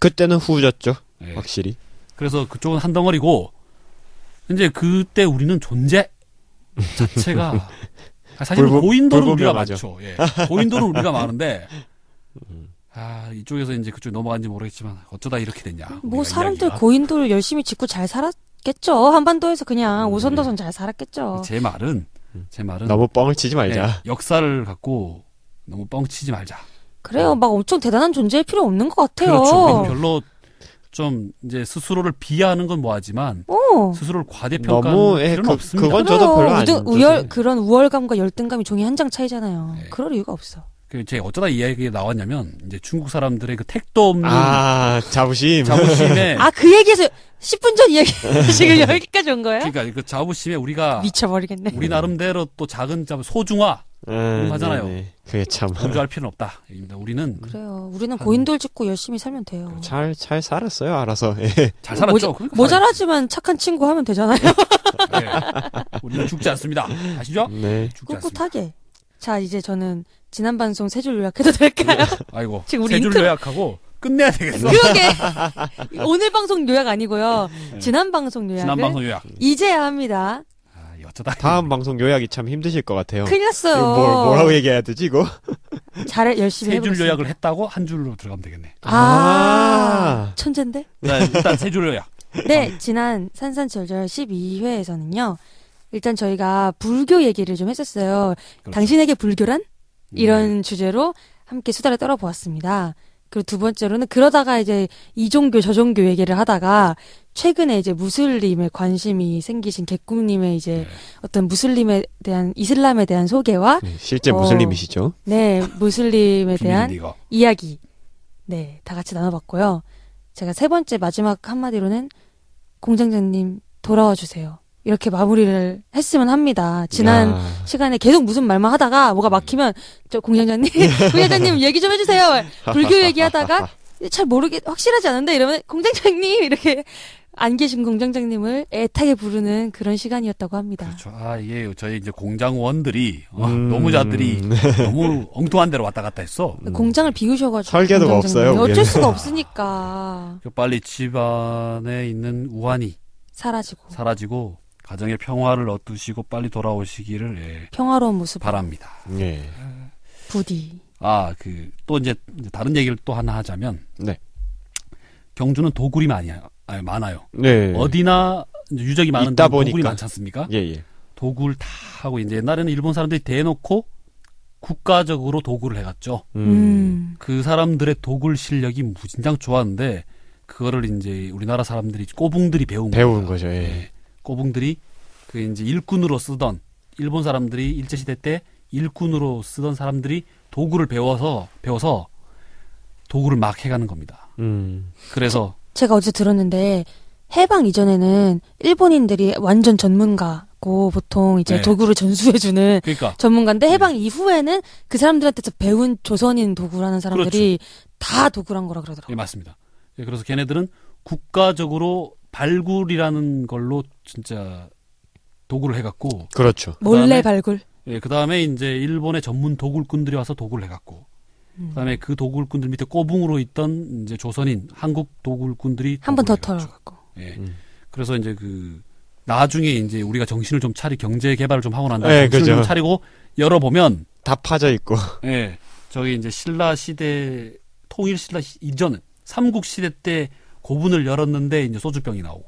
[SPEAKER 3] 그때는 후졌죠.
[SPEAKER 2] 예.
[SPEAKER 3] 확실히.
[SPEAKER 2] 그래서 그쪽은 한 덩어리고 이제 그때 우리는 존재
[SPEAKER 3] <laughs>
[SPEAKER 2] 자체가 아, 사실
[SPEAKER 3] 불분-
[SPEAKER 2] 고인돌은 우리가
[SPEAKER 3] 불분명하죠.
[SPEAKER 2] 많죠. 예. 고인돌은
[SPEAKER 3] <laughs>
[SPEAKER 2] 우리가 많은데
[SPEAKER 3] 음.
[SPEAKER 2] 아 이쪽에서 이제 그쪽 넘어간지 모르겠지만 어쩌다 아, 이렇게 됐냐.
[SPEAKER 4] 뭐
[SPEAKER 2] 우리가
[SPEAKER 4] 사람들
[SPEAKER 2] 이야기가.
[SPEAKER 4] 고인돌 열심히 짓고 잘 살았겠죠. 한반도에서 그냥
[SPEAKER 2] 음,
[SPEAKER 4] 오선도선 잘 살았겠죠.
[SPEAKER 2] 제 말은
[SPEAKER 3] 음.
[SPEAKER 2] 제 말은
[SPEAKER 3] 너무 뻥을 치지
[SPEAKER 2] 예,
[SPEAKER 3] 말자.
[SPEAKER 2] 역사를 갖고 너무 뻥치지 말자.
[SPEAKER 4] 그래요. 막 엄청 대단한 존재일 필요 없는 것 같아요.
[SPEAKER 2] 그렇죠. 별로 좀 이제 스스로를 비하하는 건 뭐하지만
[SPEAKER 4] 어.
[SPEAKER 2] 스스로를 과대평가하는
[SPEAKER 3] 너무 예,
[SPEAKER 2] 필요는
[SPEAKER 3] 그,
[SPEAKER 2] 없습니다.
[SPEAKER 3] 그건 저도 별로
[SPEAKER 4] 그래요.
[SPEAKER 3] 안
[SPEAKER 4] 우저, 우열 그런 우월감과 열등감이 종이 한 장 차이잖아요.
[SPEAKER 2] 예.
[SPEAKER 4] 그럴 이유가 없어.
[SPEAKER 2] 그 제가 어쩌다 이 이야기가 나왔냐면 이제 중국 사람들의 그 택도 없는
[SPEAKER 3] 아 자부심.
[SPEAKER 2] 자부심에
[SPEAKER 4] 아 그 얘기에서 10분 전 이야기 <laughs> 지금 여기까지 온 거예요?
[SPEAKER 2] 그러니까 그 자부심에 우리가
[SPEAKER 4] 미쳐버리겠네.
[SPEAKER 2] 우리 나름대로 또 작은 자부 소중화
[SPEAKER 3] 음,
[SPEAKER 2] 하잖아요.
[SPEAKER 3] 네네. 그게 참.
[SPEAKER 2] 강조할 필요는 없다. 얘기입니다. 우리는
[SPEAKER 4] 그래요. 우리는
[SPEAKER 2] 한-
[SPEAKER 4] 고인돌 짓고 열심히 살면 돼요.
[SPEAKER 3] 잘 잘 살았어요. 알아서. 예.
[SPEAKER 2] 잘 살았죠. 그러니까
[SPEAKER 4] 모자라지만 착한 친구 하면 되잖아요.
[SPEAKER 2] 살았죠. 예. 우리는 죽지 않습니다. 아시죠?
[SPEAKER 3] 네.
[SPEAKER 2] 죽지 않습니다.
[SPEAKER 4] 꿋꿋하게. 자 이제 저는 지난 방송 세 줄 요약해도 될까요?
[SPEAKER 2] 아이고
[SPEAKER 4] 지금 우리
[SPEAKER 2] 세 줄로
[SPEAKER 4] 인트로-
[SPEAKER 2] 약하고 끝내야 되겠어.
[SPEAKER 4] <laughs> 그러게 오늘 방송 요약 아니고요. 지난 방송 요약을
[SPEAKER 2] 지난 방송 요약.
[SPEAKER 4] 이제야 합니다.
[SPEAKER 2] 아, 이 어쩌다
[SPEAKER 3] 다음 방송 요약이 참 힘드실 것 같아요.
[SPEAKER 4] 큰일
[SPEAKER 3] 이거
[SPEAKER 4] 났어요.
[SPEAKER 3] 뭘, 뭐라고 얘기해야 되지 이거?
[SPEAKER 4] 잘 열심히
[SPEAKER 2] 세 줄
[SPEAKER 4] 해보겠습니다.
[SPEAKER 2] 요약을 했다고 한 줄로 들어가면 되겠네. 네,
[SPEAKER 4] 아,
[SPEAKER 3] 아.
[SPEAKER 4] 천재인데? <laughs>
[SPEAKER 2] 일단, 일단 세 줄 요약.
[SPEAKER 4] 네, 지난 산산절절 12회에서는요. 일단 저희가 불교 얘기를 좀 했었어요.
[SPEAKER 2] 그렇죠.
[SPEAKER 4] 당신에게 불교란?
[SPEAKER 2] 네.
[SPEAKER 4] 이런 주제로 함께 수다를 떨어보았습니다. 그리고 두 번째로는 그러다가 이제 이 종교 저 종교 얘기를 하다가 최근에 이제 무슬림에 관심이 생기신 개꿈님의 이제
[SPEAKER 2] 네.
[SPEAKER 4] 어떤 무슬림에 대한 이슬람에 대한 소개와
[SPEAKER 3] 네, 실제
[SPEAKER 4] 어.
[SPEAKER 3] 무슬림이시죠?
[SPEAKER 4] 네 무슬림에 대한
[SPEAKER 2] 비밀인데 이거.
[SPEAKER 4] 이야기 네 다 같이 나눠봤고요. 제가 세 번째 마지막 한마디로는 공장장님 돌아와 주세요. 이렇게 마무리를 했으면 합니다. 지난
[SPEAKER 3] 야,
[SPEAKER 4] 시간에 계속 무슨 말만 하다가 뭐가 막히면 저
[SPEAKER 3] <laughs>
[SPEAKER 4] 공장장님
[SPEAKER 3] 네.
[SPEAKER 4] 공장장님 얘기 좀 해주세요. 불교
[SPEAKER 2] <laughs>
[SPEAKER 4] 얘기하다가 잘 모르게 확실하지 않은데 이러면 공장장님 이렇게 안 계신 공장장님을 애타게 부르는 그런 시간이었다고 합니다.
[SPEAKER 2] 그렇죠. 아, 이게 저희 이제 공장원들이, 어,
[SPEAKER 3] 음.
[SPEAKER 2] 노무자들이 너무 엉뚱한 데로 왔다 갔다 했어.
[SPEAKER 4] 그 공장을 비우셔가지고
[SPEAKER 3] 그렇죠. 설계도가
[SPEAKER 4] 공장장님이
[SPEAKER 3] 없어요,
[SPEAKER 4] 어쩔
[SPEAKER 3] 우리는.
[SPEAKER 4] 수가 없으니까
[SPEAKER 2] 그 빨리 집안에 있는 우환이
[SPEAKER 4] 사라지고
[SPEAKER 2] 사라지고 가정의 평화를 얻으시고 빨리 돌아오시기를 예,
[SPEAKER 4] 평화로운 모습
[SPEAKER 2] 바랍니다.
[SPEAKER 3] 예.
[SPEAKER 4] 부디
[SPEAKER 2] 아, 그 또 이제 다른 얘기를 또 하나 하자면
[SPEAKER 3] 네.
[SPEAKER 2] 경주는 도굴이 많이 아, 많아요.
[SPEAKER 3] 네.
[SPEAKER 2] 어디나 이제 유적이 많은데
[SPEAKER 3] 있다
[SPEAKER 2] 도굴이
[SPEAKER 3] 보니까.
[SPEAKER 2] 많지 않습니까?
[SPEAKER 3] 예, 예.
[SPEAKER 2] 도굴 다 하고 이제 옛날에는 일본 사람들이 대놓고 국가적으로 도굴을 해갔죠.
[SPEAKER 3] 음.
[SPEAKER 2] 그 사람들의 도굴 실력이 무진장 좋았는데 그거를 이제 우리나라 사람들이 꼬붕들이 배운 거예요.
[SPEAKER 3] 배운 거죠. 예.
[SPEAKER 2] 예. 꼬붕들이 그 이제 일꾼으로 쓰던 일본 사람들이 일제 시대 때 일꾼으로 쓰던 사람들이 도구를 배워서 배워서 도구를 막 해가는 겁니다.
[SPEAKER 3] 음.
[SPEAKER 2] 그래서
[SPEAKER 4] 제가 어제 들었는데 해방 이전에는 일본인들이 완전 전문가고 보통 이제
[SPEAKER 2] 네.
[SPEAKER 4] 도구를 전수해주는
[SPEAKER 2] 그러니까
[SPEAKER 4] 전문가인데 해방 이후에는 그 사람들한테서 배운 조선인 도구라는 사람들이 다 도구란 거라
[SPEAKER 2] 예,
[SPEAKER 4] 그러더라고요.
[SPEAKER 2] 맞습니다. 예, 그래서 걔네들은 국가적으로 발굴이라는 걸로 진짜 도구를 해갖고
[SPEAKER 3] 그렇죠.
[SPEAKER 4] 몰래
[SPEAKER 2] 그다음에-
[SPEAKER 4] 발굴.
[SPEAKER 2] 예, 그 다음에 이제 일본의 전문 도굴꾼들이 와서 도굴을 해갖고
[SPEAKER 4] 음.
[SPEAKER 2] 그 다음에 그 도굴꾼들 밑에 꼬붕으로 있던 이제 조선인 한국 도굴꾼들이
[SPEAKER 4] 한 번 더
[SPEAKER 2] 도굴을 해가지고.
[SPEAKER 4] 털어갖고.
[SPEAKER 2] 예.
[SPEAKER 3] 음.
[SPEAKER 2] 그래서 이제 그 나중에 이제 우리가 정신을 좀 차리 경제 개발을 좀 하고 난 다음에
[SPEAKER 3] 예,
[SPEAKER 2] 정신을
[SPEAKER 3] 그죠.
[SPEAKER 2] 좀 차리고 열어보면
[SPEAKER 3] 다 파져 있고.
[SPEAKER 2] 예. 저기 이제 신라 시대 통일 신라 시- 이전 삼국 시대 때 고분을 열었는데 이제 소주병이 나오고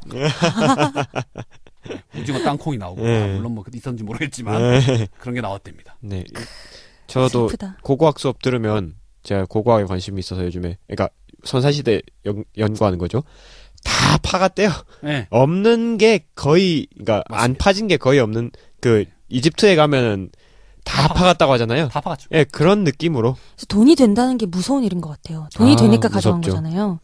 [SPEAKER 2] 예, <laughs> 오징어 땅콩이 나오고
[SPEAKER 3] 예.
[SPEAKER 2] 아, 물론 뭐 있었는지 모르겠지만
[SPEAKER 3] 네.
[SPEAKER 2] 그런 게 나왔답니다.
[SPEAKER 3] 네. 저도
[SPEAKER 4] 슬프다.
[SPEAKER 3] 고고학 수업 들으면 제가 고고학에 관심이 있어서 요즘에 그러니까 선사시대 연, 연구하는 거죠. 다 파가 떼요.
[SPEAKER 2] 예.
[SPEAKER 3] 없는 게 거의 그러니까 안 파진 게 거의 없는 그 이집트에 가면은 다
[SPEAKER 2] 다
[SPEAKER 3] 파갔다고 하잖아요.
[SPEAKER 2] 다 파가지고
[SPEAKER 3] 예, 그런 느낌으로.
[SPEAKER 4] 그래서 돈이 된다는 게 무서운 일인 것 같아요. 돈이
[SPEAKER 3] 아,
[SPEAKER 4] 되니까 가져간
[SPEAKER 3] 무섭죠.
[SPEAKER 4] 거잖아요.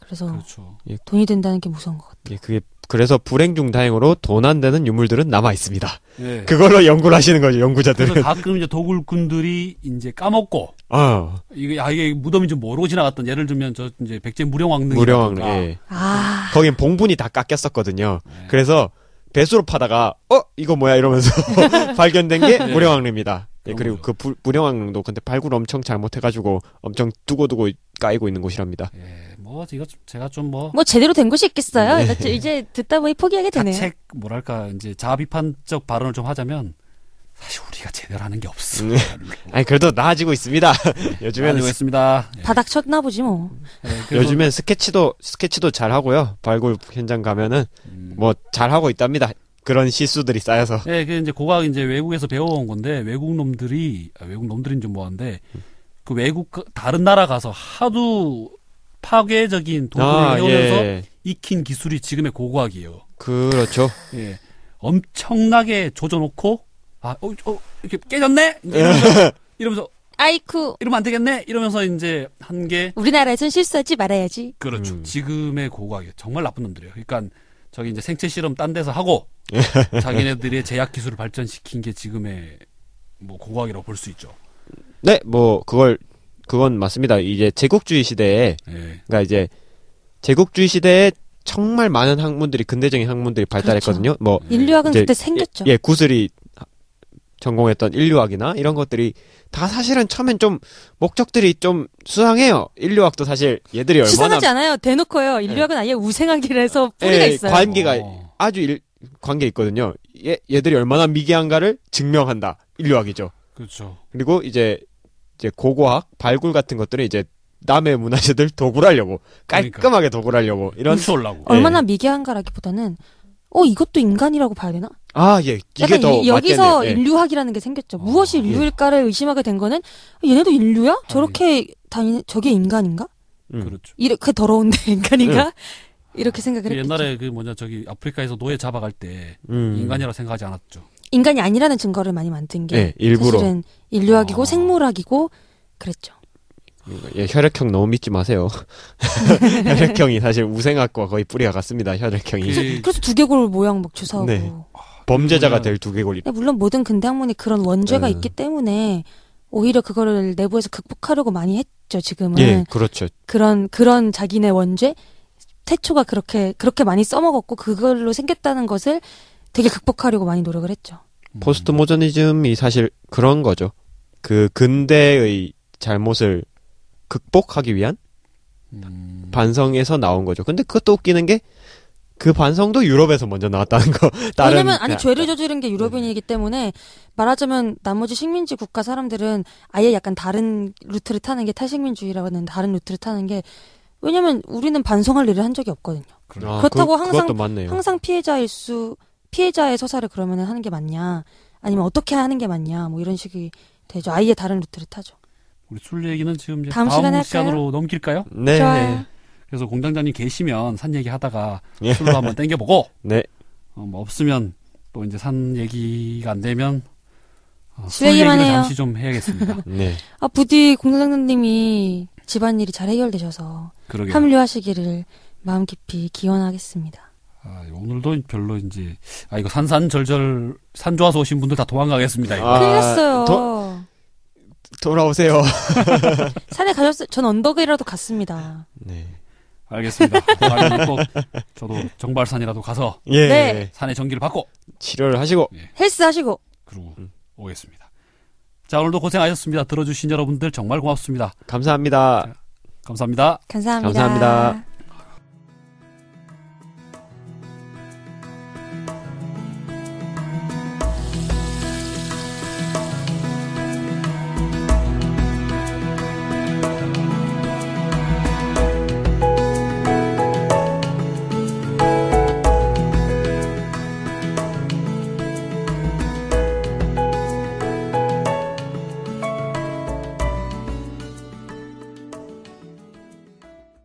[SPEAKER 4] 그래서
[SPEAKER 2] 그렇죠.
[SPEAKER 4] 돈이 된다는 게 무서운 것 같아요.
[SPEAKER 3] 예, 그게 그래서 불행 중 다행으로 돈 안 되는 유물들은 남아 있습니다.
[SPEAKER 2] 예.
[SPEAKER 3] 그걸로 연구를 하시는 거죠
[SPEAKER 2] 그래서
[SPEAKER 3] 연구자들은.
[SPEAKER 2] 가끔 이제 도굴꾼들이 이제 까먹고
[SPEAKER 3] 아
[SPEAKER 2] 이게 아 이게 무덤이 좀 모르고 지나갔던 예를 들면 저 이제 백제 무령왕릉
[SPEAKER 3] 무령왕릉. 예.
[SPEAKER 4] 아,
[SPEAKER 3] 거긴 봉분이 다 깎였었거든요.
[SPEAKER 2] 예,
[SPEAKER 3] 네. 그래서 배수로 파다가 어 이거 뭐야 이러면서 <laughs> 발견된 게
[SPEAKER 2] 예.
[SPEAKER 3] 무령왕릉입니다. 예,
[SPEAKER 2] 그런
[SPEAKER 3] 그리고
[SPEAKER 2] 거죠.
[SPEAKER 3] 그 부- 무령왕릉도 근데 발굴 엄청 잘못해가지고 엄청 두고두고 까이고 있는 곳이랍니다.
[SPEAKER 2] 예, 뭐 이거 좀- 제가 좀뭐
[SPEAKER 4] 뭐 제대로 된 곳이 있겠어요. 나 저- 이제 듣다 보니 포기하게 되네요.
[SPEAKER 2] 자책 뭐랄까 이제 자비판적 발언을 좀 하자면 사실 우리가 제대로 하는 게 없어.
[SPEAKER 3] 음. 아니 그래도 나아지고 있습니다. <laughs> 요즘에는
[SPEAKER 2] 가지고 있습니다. 예.
[SPEAKER 4] 바닥 쳤나 보지 뭐.
[SPEAKER 2] 예, 그래서-
[SPEAKER 3] 요즘엔 스케치도 스케치도 잘 하고요. 발굴 현장 가면은
[SPEAKER 2] 음.
[SPEAKER 3] 뭐잘 하고 있답니다. 그런 실수들이 쌓여서
[SPEAKER 2] 예, 그 이제 고각 이제 외국에서 배워온 건데 외국 놈들이 아, 외국 놈들인 좀 뭐한데 그 외국 그 다른 나라 가서 하도 파괴적인 도구를
[SPEAKER 3] 아, 예.
[SPEAKER 2] 해오면서 익힌 기술이 지금의 고고학이에요.
[SPEAKER 3] 그렇죠.
[SPEAKER 2] 예. 엄청나게 조져놓고, 아, 어, 어, 이렇게 깨졌네?
[SPEAKER 3] <laughs>
[SPEAKER 2] 이러면서, 이러면서,
[SPEAKER 4] 아이쿠,
[SPEAKER 2] 이러면 안 되겠네? 이러면서 이제 한 게,
[SPEAKER 4] 우리나라에선 실수하지 말아야지.
[SPEAKER 2] 그렇죠.
[SPEAKER 3] 음.
[SPEAKER 2] 지금의 고고학이에요. 정말 나쁜 놈들이에요. 그러니까, 저기 이제 생체 실험 딴 데서
[SPEAKER 3] <laughs>
[SPEAKER 2] 하고, 자기네들의 제약 기술을 발전시킨 게 지금의 뭐 고고학이라고 볼 수 있죠.
[SPEAKER 3] 네, 뭐 그걸 그건 맞습니다. 이제 제국주의 시대에
[SPEAKER 2] 예.
[SPEAKER 3] 그러니까 이제 제국주의 시대에 정말 많은 학문들이 근대적인 학문들이 발달했거든요. 뭐
[SPEAKER 4] 인류학은
[SPEAKER 3] 이제-
[SPEAKER 4] 그때 생겼죠.
[SPEAKER 3] 예, 예, 구슬이 전공했던 인류학이나 이런 것들이 다 사실은 처음엔 좀 목적들이 좀 수상해요. 인류학도 사실 얘들이 예, 얼마나
[SPEAKER 4] 수상하지 않아요. 대놓고요. 인류학은 아예 우생학이라서 뿌리가
[SPEAKER 3] 예,
[SPEAKER 4] 있어요.
[SPEAKER 3] 관계가
[SPEAKER 2] 어.
[SPEAKER 3] 아주 일- 관계 있거든요. 얘, 얘들이 얼마나 미개한가를 증명한다. 인류학이죠.
[SPEAKER 2] 그렇죠.
[SPEAKER 3] 그리고 이제 이제 고고학, 발굴 같은 것들은 이제 남의 문화재들 <laughs> 도굴하려고 깔끔하게 도굴하려고 이런
[SPEAKER 2] 훔쳐오려고.
[SPEAKER 4] 얼마나 미개한가라기보다는 어 이것도 인간이라고 봐야 되나?
[SPEAKER 3] 아 예 이게
[SPEAKER 4] 약간
[SPEAKER 3] 더
[SPEAKER 4] 이- 여기서
[SPEAKER 3] 맞겠네. 예. 아,
[SPEAKER 4] 인류학이라는 게 생겼죠.
[SPEAKER 2] 어,
[SPEAKER 4] 무엇이 인류일까를 의심하게 된 거는 얘네도 인류야?
[SPEAKER 2] 아니.
[SPEAKER 3] 예.
[SPEAKER 4] 저렇게 다니 저게 인간인가?
[SPEAKER 3] 음.
[SPEAKER 2] 그렇죠.
[SPEAKER 4] 이렇게 더러운데 <laughs>
[SPEAKER 3] 예.
[SPEAKER 4] 인간인가? 이렇게 생각을
[SPEAKER 2] 그
[SPEAKER 4] 했겠죠.
[SPEAKER 2] 옛날에 그 뭐냐 저기 아프리카에서 노예 잡아갈 때
[SPEAKER 3] 음.
[SPEAKER 2] 인간이라고 생각하지 않았죠.
[SPEAKER 4] 인간이 아니라는 증거를 많이 만든 게
[SPEAKER 3] 예 일부러
[SPEAKER 4] 사실은 인류학이고
[SPEAKER 2] 아.
[SPEAKER 4] 생물학이고 그랬죠.
[SPEAKER 3] 예, 혈액형 너무 믿지 마세요. <laughs> 혈액형이 사실 우생학과 거의 뿌리가 같습니다. 혈액형이
[SPEAKER 2] 그
[SPEAKER 4] 그래서 두개골 모양 막 주사하고.
[SPEAKER 3] 예. 네.
[SPEAKER 4] 음.
[SPEAKER 3] 범죄자가
[SPEAKER 2] 그냥-
[SPEAKER 3] 될 두개골이
[SPEAKER 4] 근데 물론 모든 근대 학문이 그런 원죄가
[SPEAKER 3] 음.
[SPEAKER 4] 있기 때문에 오히려 그거를 내부에서 극복하려고 많이 했죠. 지금은
[SPEAKER 3] 예 그렇죠.
[SPEAKER 4] 그런 그런 자기네 원죄 태초가 그렇게 그렇게 많이 써먹었고 그걸로 생겼다는 것을 되게 극복하려고 많이 노력을 했죠.
[SPEAKER 3] 포스트
[SPEAKER 2] 음.
[SPEAKER 3] 모더니즘이 사실 그런 거죠. 그 근대의 잘못을 극복하기 위한
[SPEAKER 2] 음.
[SPEAKER 3] 반성에서 나온 거죠. 근데 그것도 웃기는 게 그 반성도 유럽에서 먼저 나왔다는
[SPEAKER 4] <laughs>
[SPEAKER 3] 거. 다른 네,
[SPEAKER 4] 왜냐면 아니 죄를 저지른 게 유럽인이기 때문에 말하자면 나머지 식민지 국가 사람들은 아예 약간 다른 루트를 타는 게 탈식민주의라는 다른 루트를 타는 게 왜냐면 우리는 반성할 일을 한 적이 없거든요.
[SPEAKER 2] 그렇죠.
[SPEAKER 3] 아,
[SPEAKER 4] 그렇다고
[SPEAKER 3] 그-
[SPEAKER 4] 항상-
[SPEAKER 3] 그것도 맞네요.
[SPEAKER 4] 항상 피해자일 수 피해자의 서사를 그러면 하는 게 맞냐 아니면 어떻게 하는 게 맞냐 뭐 이런 식이 되죠. 아예 다른 루트를 타죠.
[SPEAKER 2] 우리 술 얘기는 지금 이제 다음,
[SPEAKER 4] 다음 시간에 할까요?
[SPEAKER 2] 시간으로 넘길까요?
[SPEAKER 3] 네.
[SPEAKER 4] 좋아요.
[SPEAKER 2] 그래서 공장장님 계시면 산 얘기 하다가
[SPEAKER 3] 예.
[SPEAKER 2] 술로 한번 땡겨보고
[SPEAKER 3] 네.
[SPEAKER 2] 어, 뭐 없으면 또 이제 산 얘기가 안 되면 어, 술
[SPEAKER 4] 술
[SPEAKER 2] 얘기를
[SPEAKER 4] 얘기만 해요.
[SPEAKER 2] 잠시 좀
[SPEAKER 4] <laughs>
[SPEAKER 2] 해야겠습니다.
[SPEAKER 3] 네.
[SPEAKER 4] 아 부디 공장장님이 집안일이 잘 해결되셔서
[SPEAKER 2] 그러게요.
[SPEAKER 4] 합류하시기를 마음 깊이 기원하겠습니다.
[SPEAKER 2] 아, 오늘도 별로 이제 아 이거 산산절절 산 좋아서 오신 분들 다 도망가겠습니다. 이거.
[SPEAKER 3] 아,
[SPEAKER 4] 큰일 났어요.
[SPEAKER 3] 도- 돌아오세요.
[SPEAKER 4] 산에 가셨어요? 전 언덕이라도 갔습니다.
[SPEAKER 3] 네. <laughs>
[SPEAKER 2] 알겠습니다. 도망가면 꼭 저도 정발산이라도 가서
[SPEAKER 3] 예.
[SPEAKER 4] 네.
[SPEAKER 2] 산의 전기를 받고
[SPEAKER 3] 치료를 하시고
[SPEAKER 4] 헬스 하시고
[SPEAKER 2] 그러고
[SPEAKER 3] 음.
[SPEAKER 2] 오겠습니다. 자 오늘도 고생하셨습니다. 들어주신 여러분들 정말 고맙습니다.
[SPEAKER 3] 감사합니다.
[SPEAKER 2] 감사합니다.
[SPEAKER 4] 감사합니다.
[SPEAKER 3] 감사합니다.